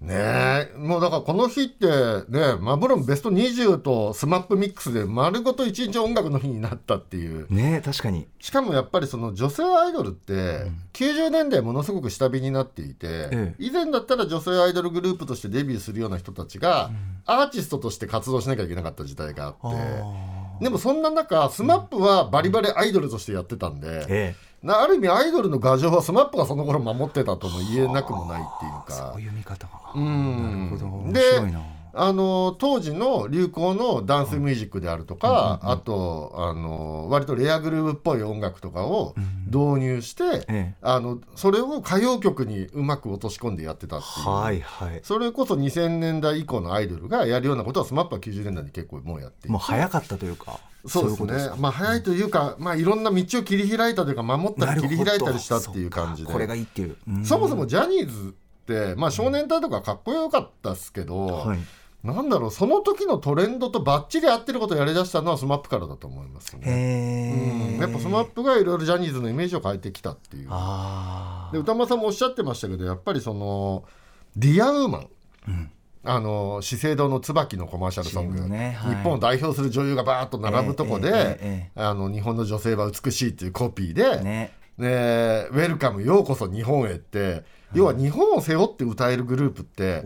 C: ねえもうだからこの日ってねマブロンベスト20とスマップミックスで丸ごと一日音楽の日になったっていう
B: ねえ確かに
C: しかもやっぱりその女性アイドルって90年代ものすごく下火になっていて、
B: ええ
C: 以前だったら女性アイドルグループとしてデビューするような人たちがアーティストとして活動しなきゃいけなかった時代があって、でもそんな中 SMAP はバリバリアイドルとしてやってたんで、
B: え
C: なある意味アイドルの牙城は SMAP がその頃守ってたとも言えなくもないっていう
B: え
C: か
B: そう。いう見方が
C: うん
B: なるほど面
C: で
B: 白いな
C: あの当時の流行のダンスミュージックであるとか、あとあの割とレアグループっぽい音楽とかを導入して、
B: ええ
C: あのそれを歌謡曲にうまく落とし込んでやってたっていう、
B: はいはい
C: それこそ2000年代以降のアイドルがやるようなことは SMAP は90年代に結構もうやっていて
B: もう早かったというか、
C: そうです
B: いこと
C: ねまあ早いというか、まあ、いろんな道を切り開いたというか守った
B: なる
C: り
B: ほど
C: 切り開いたりしたっていう感じ
B: そ
C: で
B: かこれがいいっていう。うん
C: そもそもジャニーズって、まあ、少年隊とかかっこよかったっすけど、
B: はい
C: なんだろうその時のトレンドとばっちり合ってることをやりだしたのはスマップからだと思います
B: へ
C: ね。うん
B: え。
C: やっぱスマップがいろいろジャニーズのイメージを変えてきたっていう
B: あ
C: で歌間さんもおっしゃってましたけどやっぱりその「ディアウーマン」あの資生堂の椿のコマーシャルソン
B: CM
C: グ、
B: のねはい
C: 日本を代表する女優がバーッと並ぶとこで、
B: ええええ
C: あの日本の女性は美しいっていうコピーで、
B: あね。
C: ね、ウェルカムようこそ日本へって要は日本を背負って歌えるグループって、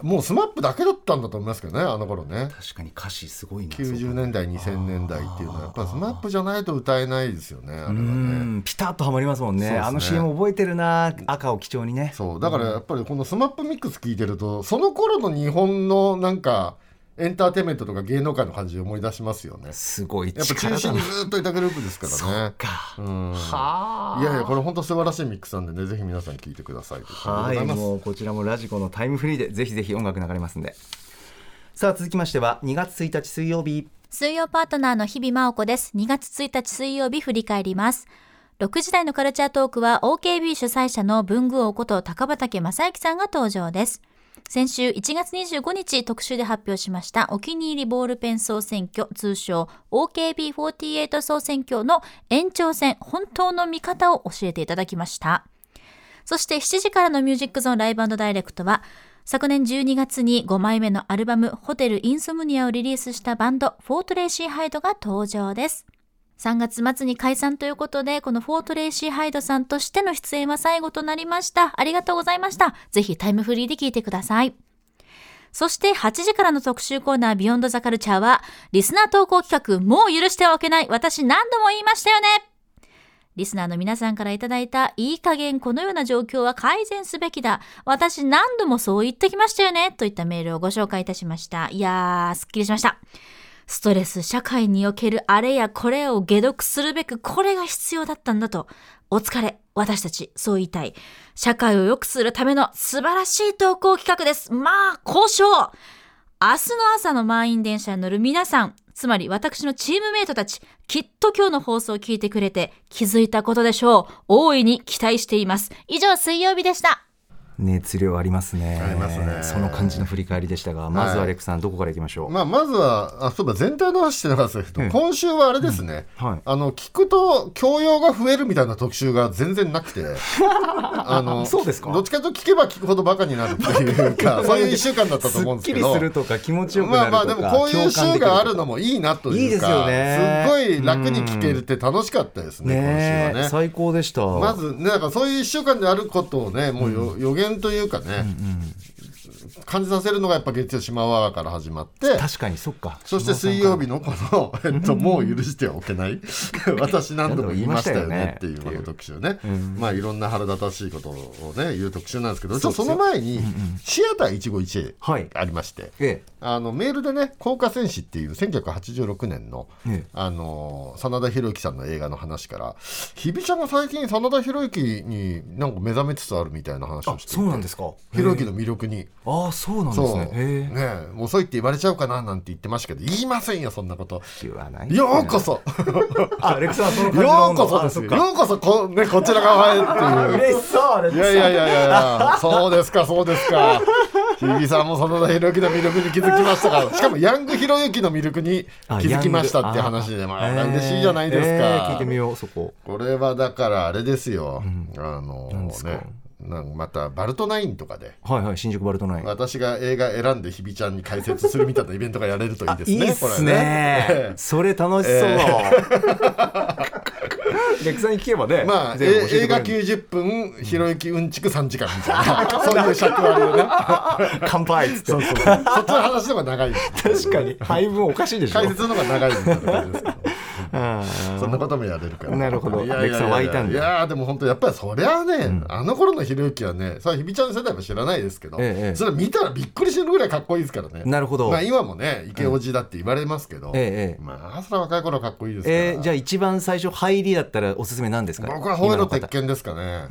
C: もうスマップだけだったんだと思いますけどねあの頃ね
B: 確かに歌詞すごいな。
C: 90年代2000年代っていうのはやっぱスマップじゃないと歌えないですよねあれは
B: う
C: ね。
B: んピタッとはまりますもんね
C: そうですね
B: あの CM 覚えてるな赤を基調にね
C: そうだからやっぱりこのスマップミックス聞いてるとその頃の日本のなんかエンターテインメントとか芸能界の感じを思い出しますよね
B: すごい
C: やっぱ中
B: 力だ
C: 心
B: な
C: にずっといたグループですからね
B: か
C: うん
B: はあ
C: いやいやこれ本当素晴らしいミックスなんでねぜひ皆さん聞いてくださいということ
B: は
C: で
B: い、
C: ございます
B: もうこちらもラジコのタイムフリーでぜひぜひ音楽流れますんで。さあ続きましては2月1日水曜日。
E: 水曜パートナーの日々真央子です。2月1日水曜日振り返ります。6時台のカルチャートークは OKB 主催者の文具王こと高畑正幸さんが登場です。先週1月25日特集で発表しましたお気に入りボールペン総選挙通称 OKB48 総選挙の延長戦本当の見方を教えていただきました。そして7時からのミュージックゾーンライブダイレクトは、昨年12月に5枚目のアルバムホテルインソムニアをリリースしたバンドフォートレイシーハイドが登場です。3月末に解散ということで、このフォートレイシーハイドさんとしての出演は最後となりました。ありがとうございました。ぜひタイムフリーで聞いてください。そして8時からの特集コーナービヨンドザカルチャーは、リスナー投稿企画、もう許してはおけない。私何度も言いましたよね。リスナーの皆さんからいただいたいい加減このような状況は改善すべきだ。私何度もそう言ってきましたよね。といったメールをご紹介いたしました。いやー、すっきりしました。ストレス社会におけるあれやこれを解読するべくこれが必要だったんだと。お疲れ。私たち、そう言いたい。社会を良くするための素晴らしい投稿企画です。まあ、交渉明日の朝の満員電車に乗る皆さん、つまり私のチームメイトたち、きっと今日の放送を聞いてくれて気づいたことでしょう。大いに期待しています。以上、水曜日でした。
B: 熱量ありますね
C: ありますね
B: その感じの振り返りでしたがまずはアレックさん、どこからいきましょう、
C: まあ、まずはあそういえば全体の話してなかったですけど、
B: うん
C: 今週はあれですね、
B: うんはい
C: あの聞くと教養が増えるみたいな特集が全然なくて あの
B: そうですか
C: どっちかというと聞けば聞くほどバカになるっていう かそういう1週間だったと思うんですけど
B: っきりするとか気持ちよくな
C: まあ
B: ると
C: ま
B: か、
C: あでもこういう週があるの
B: も
C: もいいなというか
B: いいですよね
C: すっごい楽に聞けるって楽しかったですね
B: ね
C: 今週はね。
B: 最高でした
C: まずねなんかそういう1週間であることをねもうよ予言というかね、感じさせるのがやっぱ月曜島ワーから始まって
B: 確かにそっか
C: そして水曜日のこの、えっと、もう許してはおけ ない、私何度も言いましたよねっていうこの特集ね、まあいろんな腹立たしいことをね、言う特集なんですけど、ちょっとその前に、シアター151
B: はい
C: ありまして、
B: え
C: あのメールでね「降下戦士」っていう1986年の、
B: ええ
C: あのー真田広之さんの映画の話から日比ちゃんが最近真田広之になんか目覚めつつあるみたいな話をしていて
B: そうなんですか
C: 広之の魅力に
B: ああそうなんです
C: そう
B: ね
C: ね
B: へえ
C: え遅いって言われちゃうかななんて言ってましたけど言いませんよそんなこと
B: 言わない
C: よ う こそ
B: あアレックさんはその感じの
C: ようこそですよようこそこ,、ね、こちら側へっていう
B: 嬉しそうアレッ
C: いやいやいやいやいや、そうですか、そうですか。日比さんも真田広之の魅力に気づきましたから、しかもヤング広之の魅力に気づきましたって話で、まあ、嬉しいじゃないですか。
B: 聞いてみようそこ
C: これはだからあれですよ、あの
B: 何ですか
C: ね、なんまたバルトナインとかで。
B: はいはい新宿バルトナイン
C: 私が映画選んで日比ちゃんに解説するみたいなイベントがやれるといいですね。
B: いいっ
C: これ
B: すね。それ楽しそう。 レクさんに聞けばね。
C: まあ、え
B: 全部教えて
C: 映
B: くれ
C: 画
B: る
C: 90分、ひろゆきうんちく3時間みたいな、そういう尺割をね、
B: 乾杯っつって。
C: そうそうそうそっちの話の方が長いです。
B: 確かに配分おかしいでしょ
C: 解。説の方が長いみたいな感じです けど。
B: あ
C: そ
B: ー
C: んなこともやれるから。
B: なるほど
C: いやいやいや
B: レクさん湧いたんだ
C: いやーでも本当やっぱりそりゃあね、あの頃のひろゆきはね、それはひびちゃんの世代も知らないですけど、
B: ええええ
C: それ見たらびっくりするぐらいかっこいいですからね。
B: なるほど
C: まあ今もね、イケオジだって言われますけど、
B: ええええ
C: まあそれは若い頃はかっこいいですから。
B: えーじゃあ一番最初入りだったらおすすめなんですか。
C: 僕は吠えろ
B: 今の
C: 鉄
B: 方
C: 拳ですかね。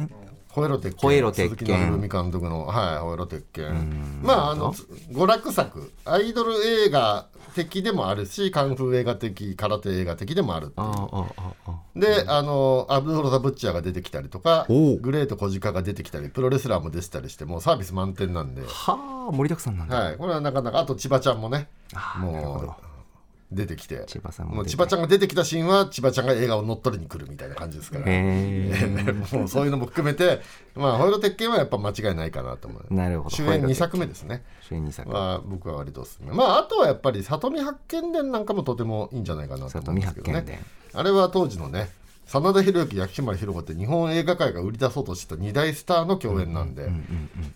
C: 吠えろ鉄拳。
B: 吠えろ鉄拳
C: 鈴木信文監督の、はい、吠えろ鉄拳。まあ、あの、娯楽作、アイドル映画的でもあるし、カンフー映画的、空手映画的でもあるっていう。
B: あーあーあーあ
C: で、あのアブドロ・ザ・ブッチャーが出てきたりとか
B: おう
C: グレート・コジカが出てきたりプロレスラーも出てたりしてもうサービス満点なんで、
B: ーはあ盛りだくさんなんだ。
C: はい、これはなかなかあと千葉ちゃんもね
B: あーなるほど
C: もう出てきて
B: 千葉さんも
C: もう
B: 出て
C: 千葉ちゃんが出てきたシーンは千葉ちゃんが映画を乗っ取りに来るみたいな感じですから、
B: へー
C: もうそういうのも含めて「まあ、ホイロ鉄拳」はやっぱ間違いないかなと思う
B: なるほど
C: 主
B: ホイ
C: 演
B: ロ鉄拳
C: 2作目ですね
B: 主演二作。
C: は僕は割とおすすめまああとはやっぱり「里見八犬伝」なんかもとてもいいんじゃないかなと思うんですけど
B: 里見八
C: ね
B: 犬
C: あれは当時のね真田広之薬師丸ひろ子って日本映画界が売り出そうとした2大スターの共演なんで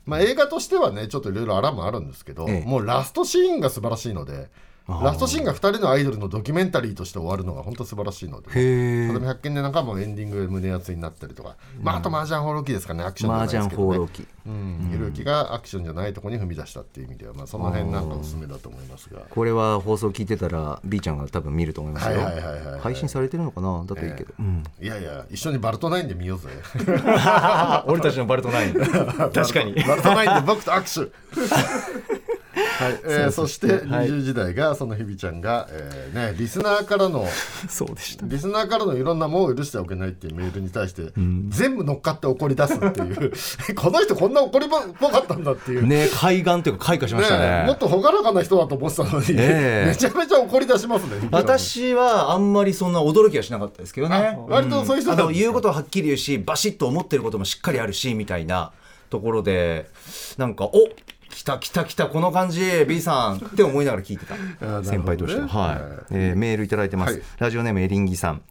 C: まあ映画としてはねちょっといろいろあらもあるんですけど、
B: ええ
C: もうラストシーンが素晴らしいので
B: あー
C: ラストシーンが2人のアイドルのドキュメンタリーとして終わるのが本当素晴らしいので
B: へえ
C: 里見。八犬伝なんかもエンディングで胸熱になったりとか、まあ、あと麻雀放浪記ですかねアクションじゃない
B: 麻
C: です
B: 雀
C: け
B: 放
C: ど、ね
B: 浪、記。
C: うん、ひろゆきがアクションじゃないとこに踏み出したっていう意味では、まあ、その辺なんかおすすめだと思いますが。
B: これは放送聞いてたら B ちゃんが多分見ると思いますよ
C: はいはいはいはいはい
B: 配信されてるのかなだといいけど、うん
C: いやいや、一緒にバルトナインで見ようぜ。
B: 俺たちのバルトナイン 確かに
C: バルトナインで僕と握手。はい、えーそして20時代がその日比ちゃんが、えーね、リスナーからの
B: そうでした
C: リスナーからのいろんなもう許してはおけないっていうメールに対して全部乗っかって怒り出すっていう この人こんな怒りっぽかったんだっていう
B: ね海岸というか開花しましたね
C: ねもっと朗らかな人だと思ってたのに、
B: ええ
C: めちゃめちゃ怒り出しますね日比ちゃんも
B: 私はあんまりそんな驚きはしなかったですけどね
C: あ割とそういう人
B: あ
C: なん
B: の
C: ですか
B: 言うことははっきり言うしバシッと思ってることもしっかりあるしみたいなところでなんかお来た来た来たこの感じ B さんって思いながら聞いてた
C: ほどね
B: 先輩としては、はいえーメールいただいてます、
C: はい
B: ラジオネームエリンギさん、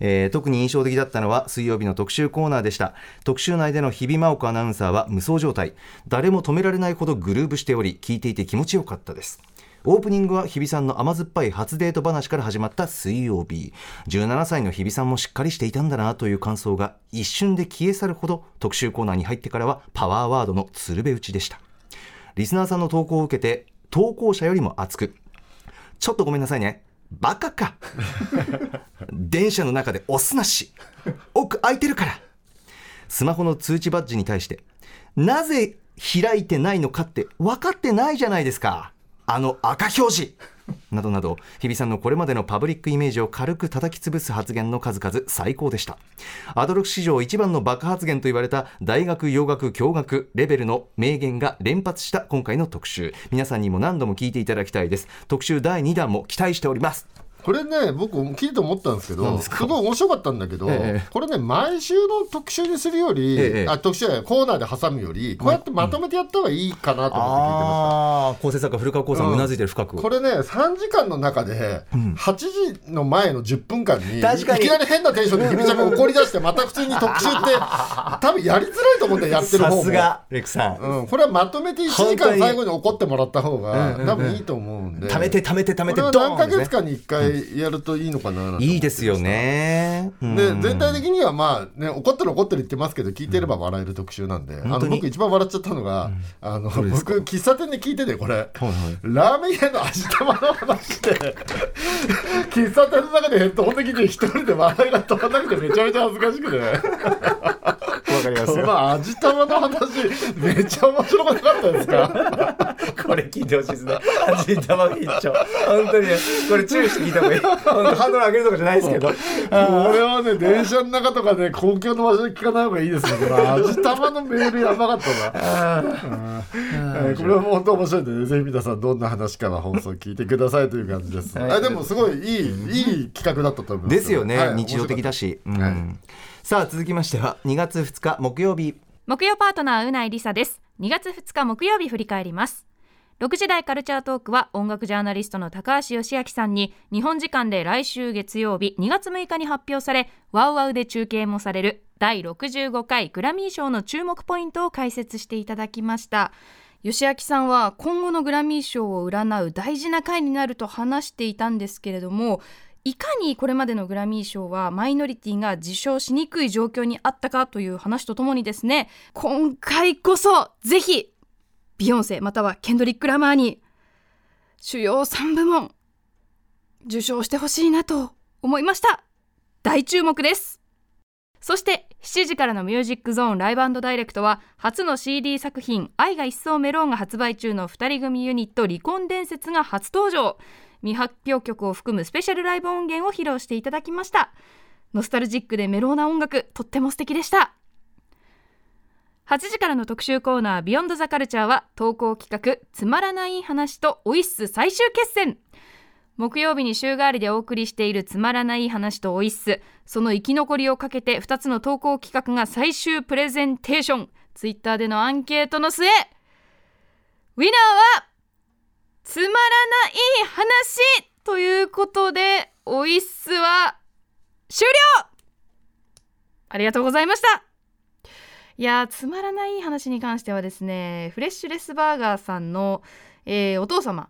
B: えー特に印象的だったのは水曜日の特集コーナーでした特集内での日比真央子アナウンサーは無双状態誰も止められないほどグルーブしており聞いていて気持ちよかったですオープニングは日比さんの甘酸っぱい初デート話から始まった水曜日17歳の日比さんもしっかりしていたんだなという感想が一瞬で消え去るほど特集コーナーに入ってからはパワーワードの鶴瓶打ちでしたリスナーさんの投稿を受けて投稿者よりも熱くちょっとごめんなさいねバカか電車の中で押すなし奥空いてるからスマホの通知バッジに対してなぜ開いてないのかって分かってないじゃないですかあの赤表示などなど日比さんのこれまでのパブリックイメージを軽く叩き潰す発言の数々最高でしたアドロク史上一番の爆発言と言われた大学洋楽教学レベルの名言が連発した今回の特集皆さんにも何度も聞いていただきたいです特集第2弾も期待しております
C: これね僕聞いて思ったんですけ
B: 何
C: ど
B: です
C: す
B: か
C: ごい面白かったんだけど、
B: ええ
C: これね毎週の特集にするより、
B: ええ
C: あ特集じゃないコーナーで挟むよりこうやってまとめてやった方がいいかなと思って聞いてました。
B: あ構成作家古川光さんもうなずいてる深く、
C: これね3時間の中で8時の前の10分間にいき
B: 確かに
C: なり変なテンションでひびちゃんが怒り出してまた普通に特集って 多分やりづらいと思うんだよやってる
B: さ
C: 方
B: す
C: も。
B: がレクさん、
C: うん、これはまとめて1時
B: 本当
C: 間
B: に
C: 最後に怒ってもらった方が多分いいと思うんで、
B: 貯めて貯めて貯めて
C: これは
B: ドー
C: 何
B: ン
C: ヶ
B: です
C: 月
B: ね
C: 間に1回やるといいのかななんて思って
B: いいですよね、うん
C: で全体的にはまあね怒ってる怒ってる言ってますけど聞いてれば笑える特集なんで、あ
B: 本当
C: の
B: に
C: 僕一番笑っちゃったのが、あの
B: ですか
C: 僕喫茶店で聞いててこれ、
B: いはい
C: ラーメン屋の味玉の話で 喫茶店の中でヘッドホンで聞いて一人で笑いが止まらなくてめちゃめちゃ恥ずかしくて
B: わかりま
C: この味玉の話めっちゃ面白くなかったですか
B: これ聞いてほしいですね。味玉一丁。本当にね、これ注意して聞いた方がいい。本当ハンドル上げるとかじゃないですけど。
C: これはね電車の中とかね公共の場所で聞かない方がいいですねこれ味玉のメールやばかったな えーこれはもう本当面白いので、ぜひ皆さんどんな話かは放送聞いてくださいという感じです。あでもすごいいいいい企画だったと思いま す。
B: ですよね、
C: はい
B: 日常的だ。し。うん
C: はい
B: さあ続きましては2月2日木曜日
D: 木曜パートナーうないりさです2月2日木曜日振り返ります6時台カルチャートークは音楽ジャーナリストの高橋義明さんに日本時間で来週月曜日2月6日に発表されワウワウで中継もされる第65回グラミー賞の注目ポイントを解説していただきました義明さんは今後のグラミー賞を占う大事な回になると話していたんですけれどもいかにこれまでのグラミー賞はマイノリティが受賞しにくい状況にあったかという話とともにですね今回こそぜひビヨンセまたはケンドリック・ラマーに主要3部門受賞してほしいなと思いました大注目ですそして7時からの「ミュージックゾーンライブダイレクトは初の CD 作品「愛が一層メロン」が発売中の2人組ユニット離婚伝説が初登場未発表曲を含むスペシャルライブ音源を披露していただきましたノスタルジックでメローな音楽とっても素敵でした8時からの特集コーナー「ビヨンドザカルチャーは投稿企画「つまらない話」と「オイッス最終決戦」木曜日に週替わりでお送りしている「つまらない話」と「オイッスその生き残りをかけて2つの投稿企画が最終プレゼンテーションツイッターでのアンケートの末ウィナーは「つまらない話」ということで「オイッスは終了ありがとうございましたいやーつまらない話に関してはですねフレッシュレスバーガーさんの、えーお父様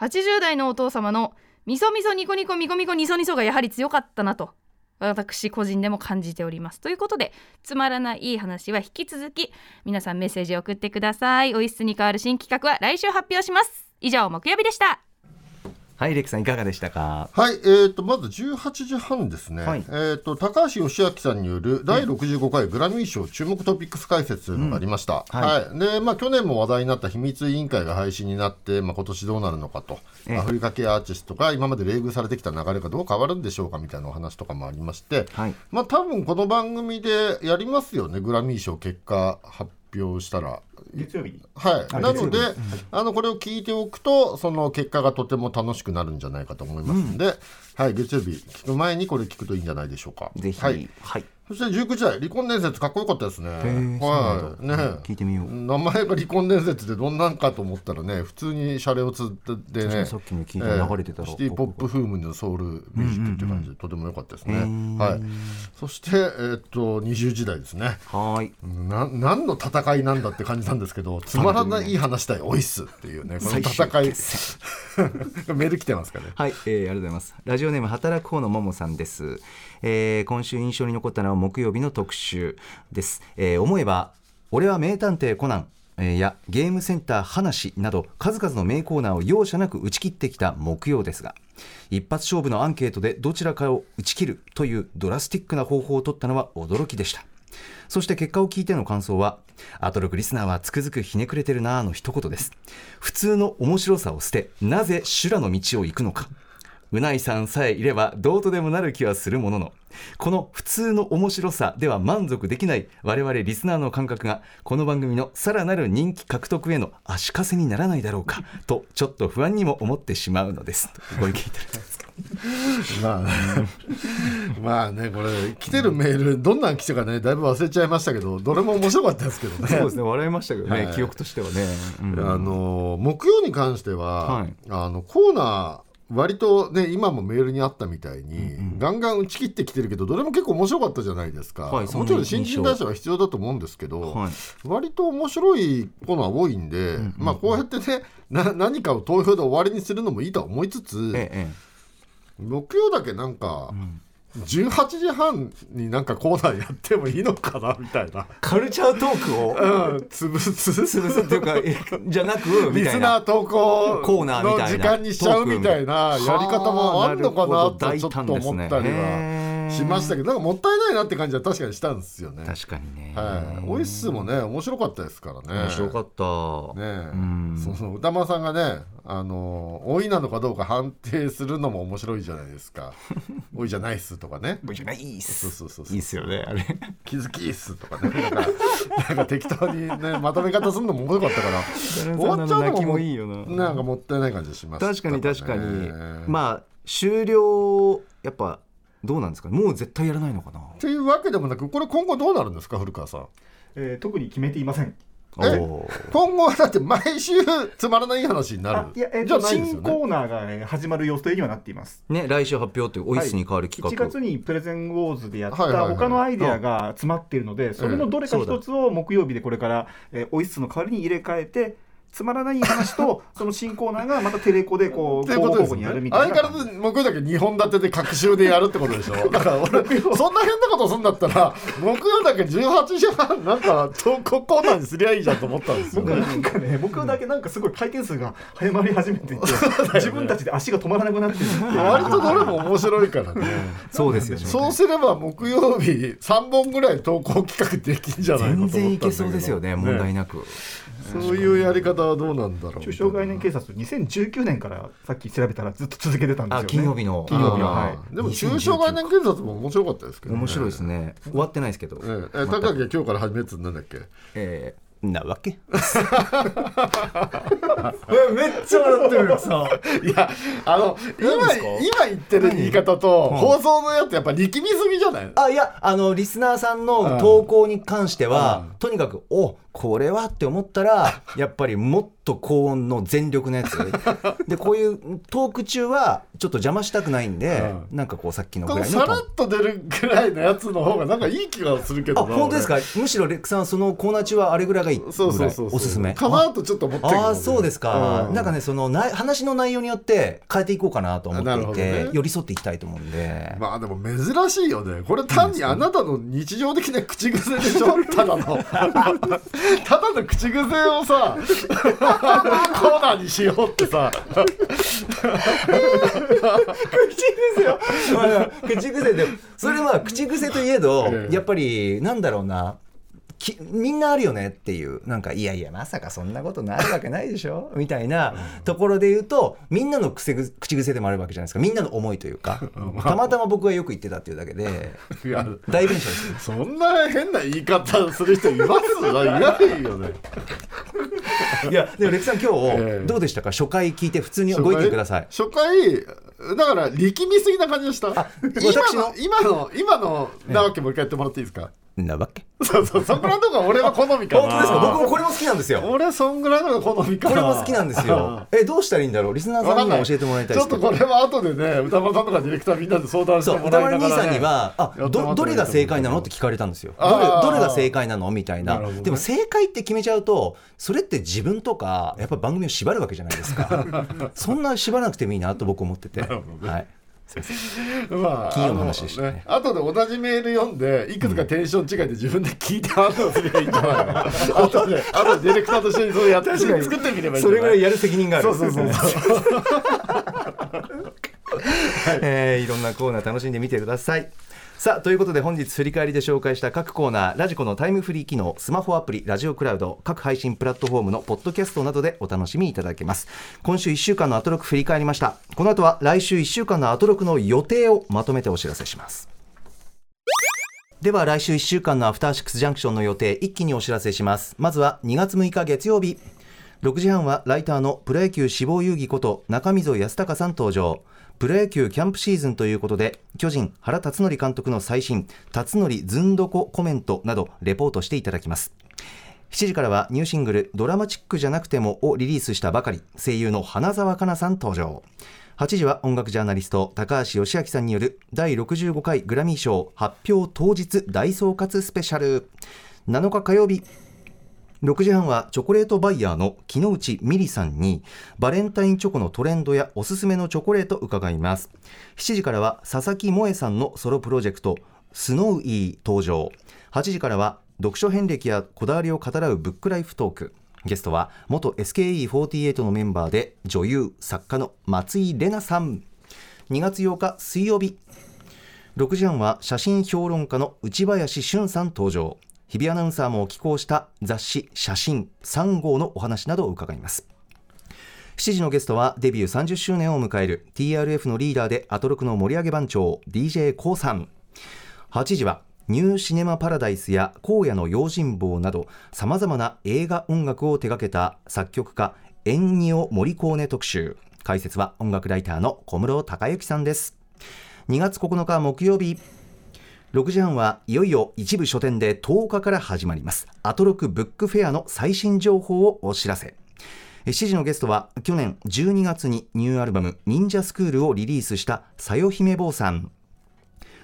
D: 80代のお父様のみそみそニコニコみこみこにそにそがやはり強かったなと私個人でも感じておりますということでつまらない話は引き続き皆さんメッセージを送ってくださいおいっすに変わる新企画は来週発表します以上木曜日でした
B: はいレクさんいかがでしたか
C: はい、えー、とまず18時半ですね、
B: はい
C: えー、と高橋義明さんによる第65回グラミー賞注目トピックス解説というのがありました、
B: うんは
C: はいでまあ、去年も話題になった秘密委員会が廃止になって、まあ、今年どうなるのかと、
B: ええ
C: アフリカ系アーティストが今まで冷遇されてきた流れがどう変わるんでしょうかみたいなお話とかもありまして、
B: はい
C: まあ、多分この番組でやりますよねグラミー賞結果発表したら。
G: 月曜日に
C: はい、
B: あ
C: な
B: 月曜日
C: ので、
B: う
C: あのこれを聞いておくとその結果がとても楽しくなるんじゃないかと思いますので、はい、月曜日聞く前にこれ聞くといいんじゃないでしょうか
B: ぜひ
C: はい、
B: はい
C: そして19時代離婚伝説かっこよかったですね
B: ー
C: はいね
B: 聞いてみよう
C: 名前が離婚伝説でどんなんかと思ったらね普通にシャレをつってね
B: さっきの聞いて流れてたら
C: えーシティポップ風味のソウルミュージックっていう感じでとても良かったですね、
B: ー
C: はいそしてえーっと20時代ですね
B: はーい
C: な何の戦いなんだって感じなんですけどつまらない話だよおいっすっていうねこの戦
B: 最終
C: い メール来てますかね
B: はい、えーありがとうございます。ラジオネーム働く方のももさんです、えー今週印象に残ったのは木曜日の特集です。えー思えば、俺は名探偵コナン。えーやゲームセンター話など数々の名コーナーを容赦なく打ち切ってきた木曜ですが一発勝負のアンケートでどちらかを打ち切るというドラスティックな方法を取ったのは驚きでしたそして結果を聞いての感想は、アトロクリスナーはつくづくひねくれてるなぁの一言です。普通の面白さを捨て、なぜ修羅の道を行くのか。うないさんさえいればどうとでもなる気はするものの、この普通の面白さでは満足できない我々リスナーの感覚が、この番組のさらなる人気獲得への足かせにならないだろうか、とちょっと不安にも思ってしまうのです。ご意見いただきます
C: まあ ね、まあねこれ来てるメールどんなん来てるかねだいぶ忘れちゃいましたけどどれも面白かったですけどね
B: そうですね笑いましたけどね、
C: はい
B: 記憶としてはね、うん
C: あの木曜に関しては、
B: はい
C: あのコーナー割とね今もメールにあったみたいに、ガンガン打ち切ってきてるけどどれも結構面白かったじゃないですか、
B: はいそん
C: も
B: な
C: ちろん新人打者は必要だと思うんですけど、
B: はい
C: 割と面白いコーナー多いんで、まあこうやってねな何かを投票で終わりにするのもいいとは思いつつ、
B: ええ
C: 木曜だけなんか、18時半になんかコーナーやってもいいのかなみたい な、
B: カルチャートークを
C: うん、潰す
B: 潰すっていうかえ じゃなくみ
C: リ
B: た
C: ス
B: い
C: ナ
B: な
C: ー投稿
B: コーナー
C: の
B: みたい
C: 時
B: な
C: 間にしちゃうみたいなや
B: ト
C: り
B: ークみたいな
C: 方もあんのかな
B: はあな
C: と
B: る
C: ちょ
B: ほど
C: っと思った
B: 大胆
C: り
B: です
C: は
B: ね
C: しましたけどなんかもったいないなって感じは確かにしたんですよね。
B: 確かにね、
C: はい、オイシスもね面白かったですからね。
B: 面白かった、
C: ね
B: うん
C: その歌間さんがねあの老いなのかどうか判定するのも面白いじゃないですか 老いじゃないっすとかね
B: じゃないっす
C: そうそうそうそう
B: いいっすよねあれ
C: 気づきっすとかねなんかなんか適当にねまとめ方するのも面白かったから終わっちゃうのも
B: 泣きもいいよな
C: なんかもったいない感じします
B: 確かに確かに、
C: まあ
B: まあ終了やっぱどうなんですかねもう絶対やらないのかな
C: というわけでもなくこれ今後どうなるんですか古川さん
H: えー特に決めていません。
C: え
B: おー
C: 今後はだって毎週つまらない話になる
H: いや、えー
C: じゃ
H: と
C: ないです
H: 新
C: よね
H: コーナーがえー始まる予定にはなっています。
B: ね来週発表というオイシスに変わる企
H: 1
B: 画、
H: 月にプレゼンウォーズでやっ
C: はいはい
H: た
C: はい
H: 他のアイデアが詰まっているので、それのどれか一つを木曜日でこれから、えーオイスの代わりに入れ替えて、つまらない話と、その新コーナーがまたテレコでこう、
C: ってことで
H: 交
C: す
H: 互にやる
C: ね
H: みたい
C: 相
H: な。
C: 変わらず木曜だけ2本立てで隔週でやるってことでしょだから俺そんな変なことするんだったら木曜だけ18時半なんか投稿コーナーにすりゃいいじゃんと思ったんですよ
H: 僕は
C: ね
H: なんかね、僕だけなんかすごい回転数が早まり始め ていて、自分たちで足が止まらなくなってるっていう
C: 割とどれも面白いからね
B: そうですよね
C: そうすれば木曜日3本ぐらい投稿企画できんじゃないの
B: 全
C: と思ったんだけど
B: 然いけそうですよね問題なく、
C: そういうやり方はどうなんだろう
H: 中小概念警察、2019年からさっき調べたらずっと続けてたんですよ、
B: あ
H: ね。
B: 金曜日の
H: 金曜日の、
C: あ
H: は
C: ー
H: い。
C: でも中小概念警察も面白かったですけど、
B: 面白いですね終わってないですけど、
C: ええええ高木は今日から始めるっつうんなんだっけ
B: えーな わけえめっちゃ笑ってるさ
C: いやあの今
B: ですか
C: 今言ってる言い方と放送のやつやっぱ力みすぎじゃない
B: あいやあのリスナーさんの投稿に関しては、とにかくおこれはって思った らやっぱりもっと高音の全力のやつでこういうトーク中はちょっと邪魔したくないんで、なんかこうさっきのぐらいの
C: さらっと出るぐらいのやつの方がなんかいい気がするけ
B: あ
C: どな
B: 本当ですかむしろレックさんそのコーナー中はあれぐらいがいい
C: 俺そうそうそう
B: ぐらいおすすめ
C: かなとちょっと思ってるけどね
B: ああそうですか、
C: うん
B: なんかねそのない話の内容によって変えていこうかなと思
C: あな
B: って
C: るほ
B: い
C: ど
B: て、
C: ね
B: 寄り添っていきたいと思うん で、
C: まあでも珍しいよねこれ単にあなたの日常的な口癖でしょただ のただの口癖をさコーナーにしようってさ
B: まあ 口癖でそれは口癖といえど
C: ええ
B: やっぱりなんだろうなきみんなあるよねっていうなんかいやいやまさかそんなことなるわけないでし ょみたいなところで言うとみんなの癖ぐ口癖でもあるわけじゃないですかみんなの思いという かたまたま僕がよく言ってたっていうだけで
C: いや
B: 代弁者ですよ
C: そんな変な言い方する人いますいないよね
B: いやでもレクさん今
C: え
B: 日
C: え
B: どうでしたか初回聞いて普通にご意見ください
C: 初回初回だから力みすぎな感じがした今の今の今のなわけもう一回やってもらっていいですか、
B: なわけ
C: そうそうそこらのとこが俺は好みかな
B: 本当ですか僕もこれも好きなんですよ
C: 俺はそんぐらいのが好みか
B: こ
C: な
B: れも好きなんですよえどうしたらいいんだろうリスナー
C: わ
B: さ
C: か
B: ん
C: ん
B: に
C: ない
B: も教えてもらいたいで
C: ちょ
B: す
C: っ
B: け
C: と
B: ど
C: これは後でね歌丸さんとかディレクターみんなで相談し
B: そ
C: て
B: う
C: も
B: 歌
C: らい
B: 丸兄
C: ながら、ね、
B: さんには「あ
C: やってもら
B: ど
C: って
B: ど
C: る
B: れが正解なの?」って聞かれたんですよ
C: あ
B: どれ
C: ー
B: どれが正解なのみたいな
C: なるほどね
B: でも正解って決めちゃうとそれって自分とかやっぱ番組を縛るわけじゃないです かそんな縛らなくてもいいなと僕思ってて、はい、
C: まあ、
B: 金曜の話でしたね
C: あの後で同じメール読んでいくつかテンション違いで自分で聞いて判断すればいいんじゃないの 後で後でディレクターと一緒にそれやって作ってみればいいんじゃない
B: それぐらいやる責任がある
C: そうそうそうそう
B: えーいろんなコーナー楽しんでみてください。さあということで本日振り返りで紹介した各コーナーラジコのタイムフリー機能スマホアプリラジオクラウド各配信プラットフォームのポッドキャストなどでお楽しみいただけます今週1週間のアトロク振り返りましたこの後は来週1週間のアトロクの予定をまとめてお知らせしますでは来週1週間のアフターシックスジャンクションの予定一気にお知らせしますまずは2月6日月曜日6時半はライターのプロ野球志望遊戯こと中溝康隆さん登場プロ野球キャンプシーズンということで巨人原辰徳監督の最新辰徳ずんどこコメントなどレポートしていただきます7時からはニューシングル「ドラマチックじゃなくても」をリリースしたばかり声優の花澤香菜さん登場8時は音楽ジャーナリスト高橋義明さんによる第65回グラミー賞発表当日大総括スペシャル7日火曜日6時半はチョコレートバイヤーの木之内美里さんにバレンタインチョコのトレンドやおすすめのチョコレート伺います7時からは佐々木萌さんのソロプロジェクトスノーイー登場8時からは読書遍歴やこだわりを語らうブックライフトークゲストは元 SKE48 のメンバーで女優作家の松井玲奈さん2月8日水曜日6時半は写真評論家の内林俊さん登場日比アナウンサーも寄稿した雑誌「写真3号」のお話などを伺います7時のゲストはデビュー30周年を迎える TRF のリーダーでアトロクの盛り上げ番長 d j k o さん8時はニューシネマパラダイスや荒野の用心棒などさまざまな映画音楽を手掛けた作曲家エンニオ・モリコーネ特集解説は音楽ライターの小室孝之さんです2月9日木曜日6時半はいよいよ一部書店で10日から始まりますアトロクブックフェアの最新情報をお知らせ7時のゲストは去年12月にニューアルバム「忍者スクール」をリリースしたさよ姫坊さん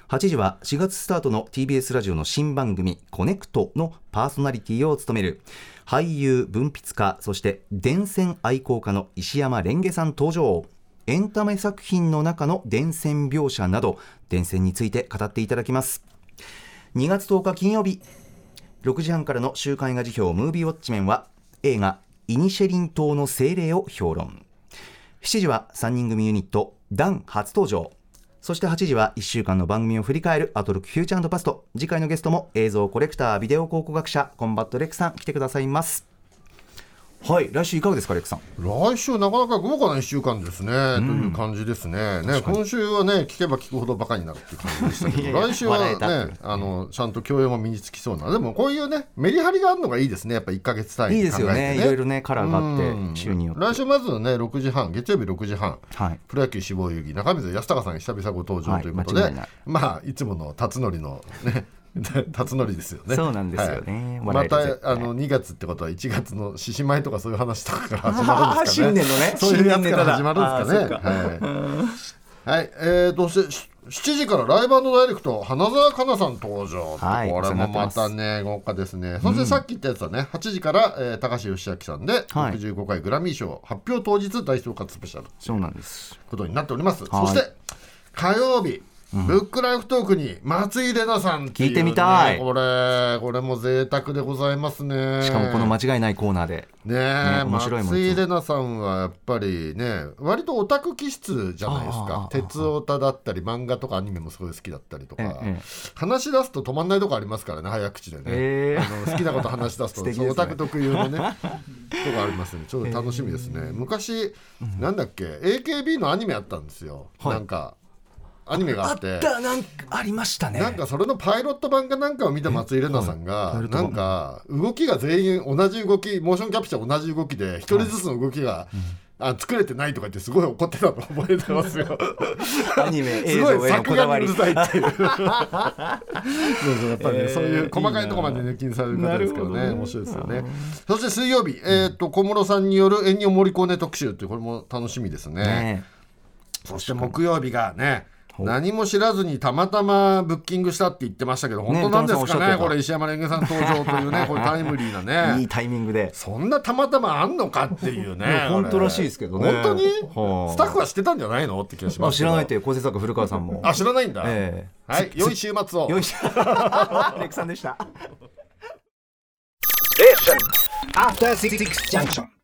B: 8時は4月スタートの TBS ラジオの新番組「コネクト」のパーソナリティを務める俳優文筆家そして伝染愛好家の石山蓮華さん登場エンタメ作品の中の伝染描写など伝染について語っていただきます2月10日金曜日6時半からの週刊映画辞表ムービーウォッチメンは映画イニシェリン島の精霊を評論7時は3人組ユニットダン初登場そして8時は1週間の番組を振り返るアトロックフューチャーパスト次回のゲストも映像コレクタービデオ考古学者コンバットレックさん来てくださいますはい来週いかがですかレックさん
C: 来週なかなか豪華な1週間ですね、という感じですねね今週はね聞けば聞くほどバカになるっていう感じでしたけ
B: いやい
C: ど
B: や
C: 来週
B: 笑えた
C: はねあのちゃんと教養も身につきそうなでもこういうねメリハリがあるのがいいですねやっぱ1か月単
B: いい
C: 位
B: で
C: です考え
B: よ
C: て
B: ね
C: ね
B: いろいろねカラーがあって週によって
C: 来週まずね6時半月曜日6時半、
B: はい
C: プロ野球志望遊戯中水康隆さん久々ご登場ということ
B: はい間
C: で、
B: 違いない
C: まあいつもの辰徳のね 辰徳ですよね
B: そうなんですよね
C: はい
B: 笑え
C: ま
B: る絶
C: た
B: 対
C: あの2月ってことは1月の獅子舞とかそういう話とかが始 ま
B: あ
C: るん
B: ー
C: ですか
B: 新
C: ね
B: 年のね
C: そういうやつから始
B: 新
C: ま
B: 年ネタだ
C: るんですかねはい、はい、えーとせし7時からライブダイレクト花澤香菜さん登場、
B: はい
C: これもま
B: お世話
C: た
B: に
C: ね豪華ですねそしてさっき言ったやつはね、8時から、えー高橋義明さんで
B: はい
C: 65回グラミー賞発表当日大総括スペシャル
B: そうなんです
C: ことになっております、
B: はい
C: そして火曜日、ブックライフトークに松井玲奈さんってうね
B: 聞いてみたい
C: これこれも贅沢でございますね
B: しかもこの間違いないコーナーで
C: ね
B: ね
C: え、
B: 面白いもん
C: 松井玲奈さんはやっぱりね割とオタク気質じゃないです
B: ああ
C: か鉄オタだったり漫画とかアニメもすごい好きだったりとか、
B: ええ
C: 話し出すと止まんないとこありますからね早口でね、
B: ええ
C: あの好きなこと話し出す
B: 素
C: と
B: 敵です
C: そ
B: ね
C: うオタク特有のね とこありますねちょっと楽しみですね、昔、なんだっけ AKB のアニメあったんですよ、
B: はい
C: なんかアニメがあって
B: なんかありましたね
C: なんかそれのパイロット版かなんかを見た松井玲奈さんが、
B: いパイロット
C: なんか動きが全員同じ動きモーションキャプチャー同じ動きで一人ずつの動きが、あ作れてないとか言ってすごい怒ってたの覚えてますよ
B: アニメ
C: す
B: 映
C: ご
B: 像へ
C: い
B: の
C: 作
B: こだ
C: 画
B: わ
C: に
B: り
C: うるさいっていうそうそうやっぱりね、
B: えー
C: そういう細かいところまでね気にされる方ですけどね
B: なるほどね
C: 面白いですよねそして水曜日、えー、と小室さんによる「縁起を盛り込んで特集」ってこれも楽しみですね
B: ね
C: そして木曜日がね
B: う
C: 何も知らずにたまたまブッキングしたって言ってましたけど本当なんで
B: 田中さん
C: すか
B: おっしゃっ
C: ね
B: てた
C: これ石山レンゲさん登場とい うねこれタイムリーないね
B: いタイミングで
C: そんなたまたまあんのかっていう
B: い
C: ね
B: や本当らしいですけどね
C: 本当に
B: はあ
C: スタッフは知ってたんじゃないのって気がし
B: あ
C: ます
B: 知
C: けど
B: らないという構成作家古川さん も
C: あ知らないんだ、
B: え
C: はい良い週末を
B: え よいしょレクさんでした
I: After Six Junction.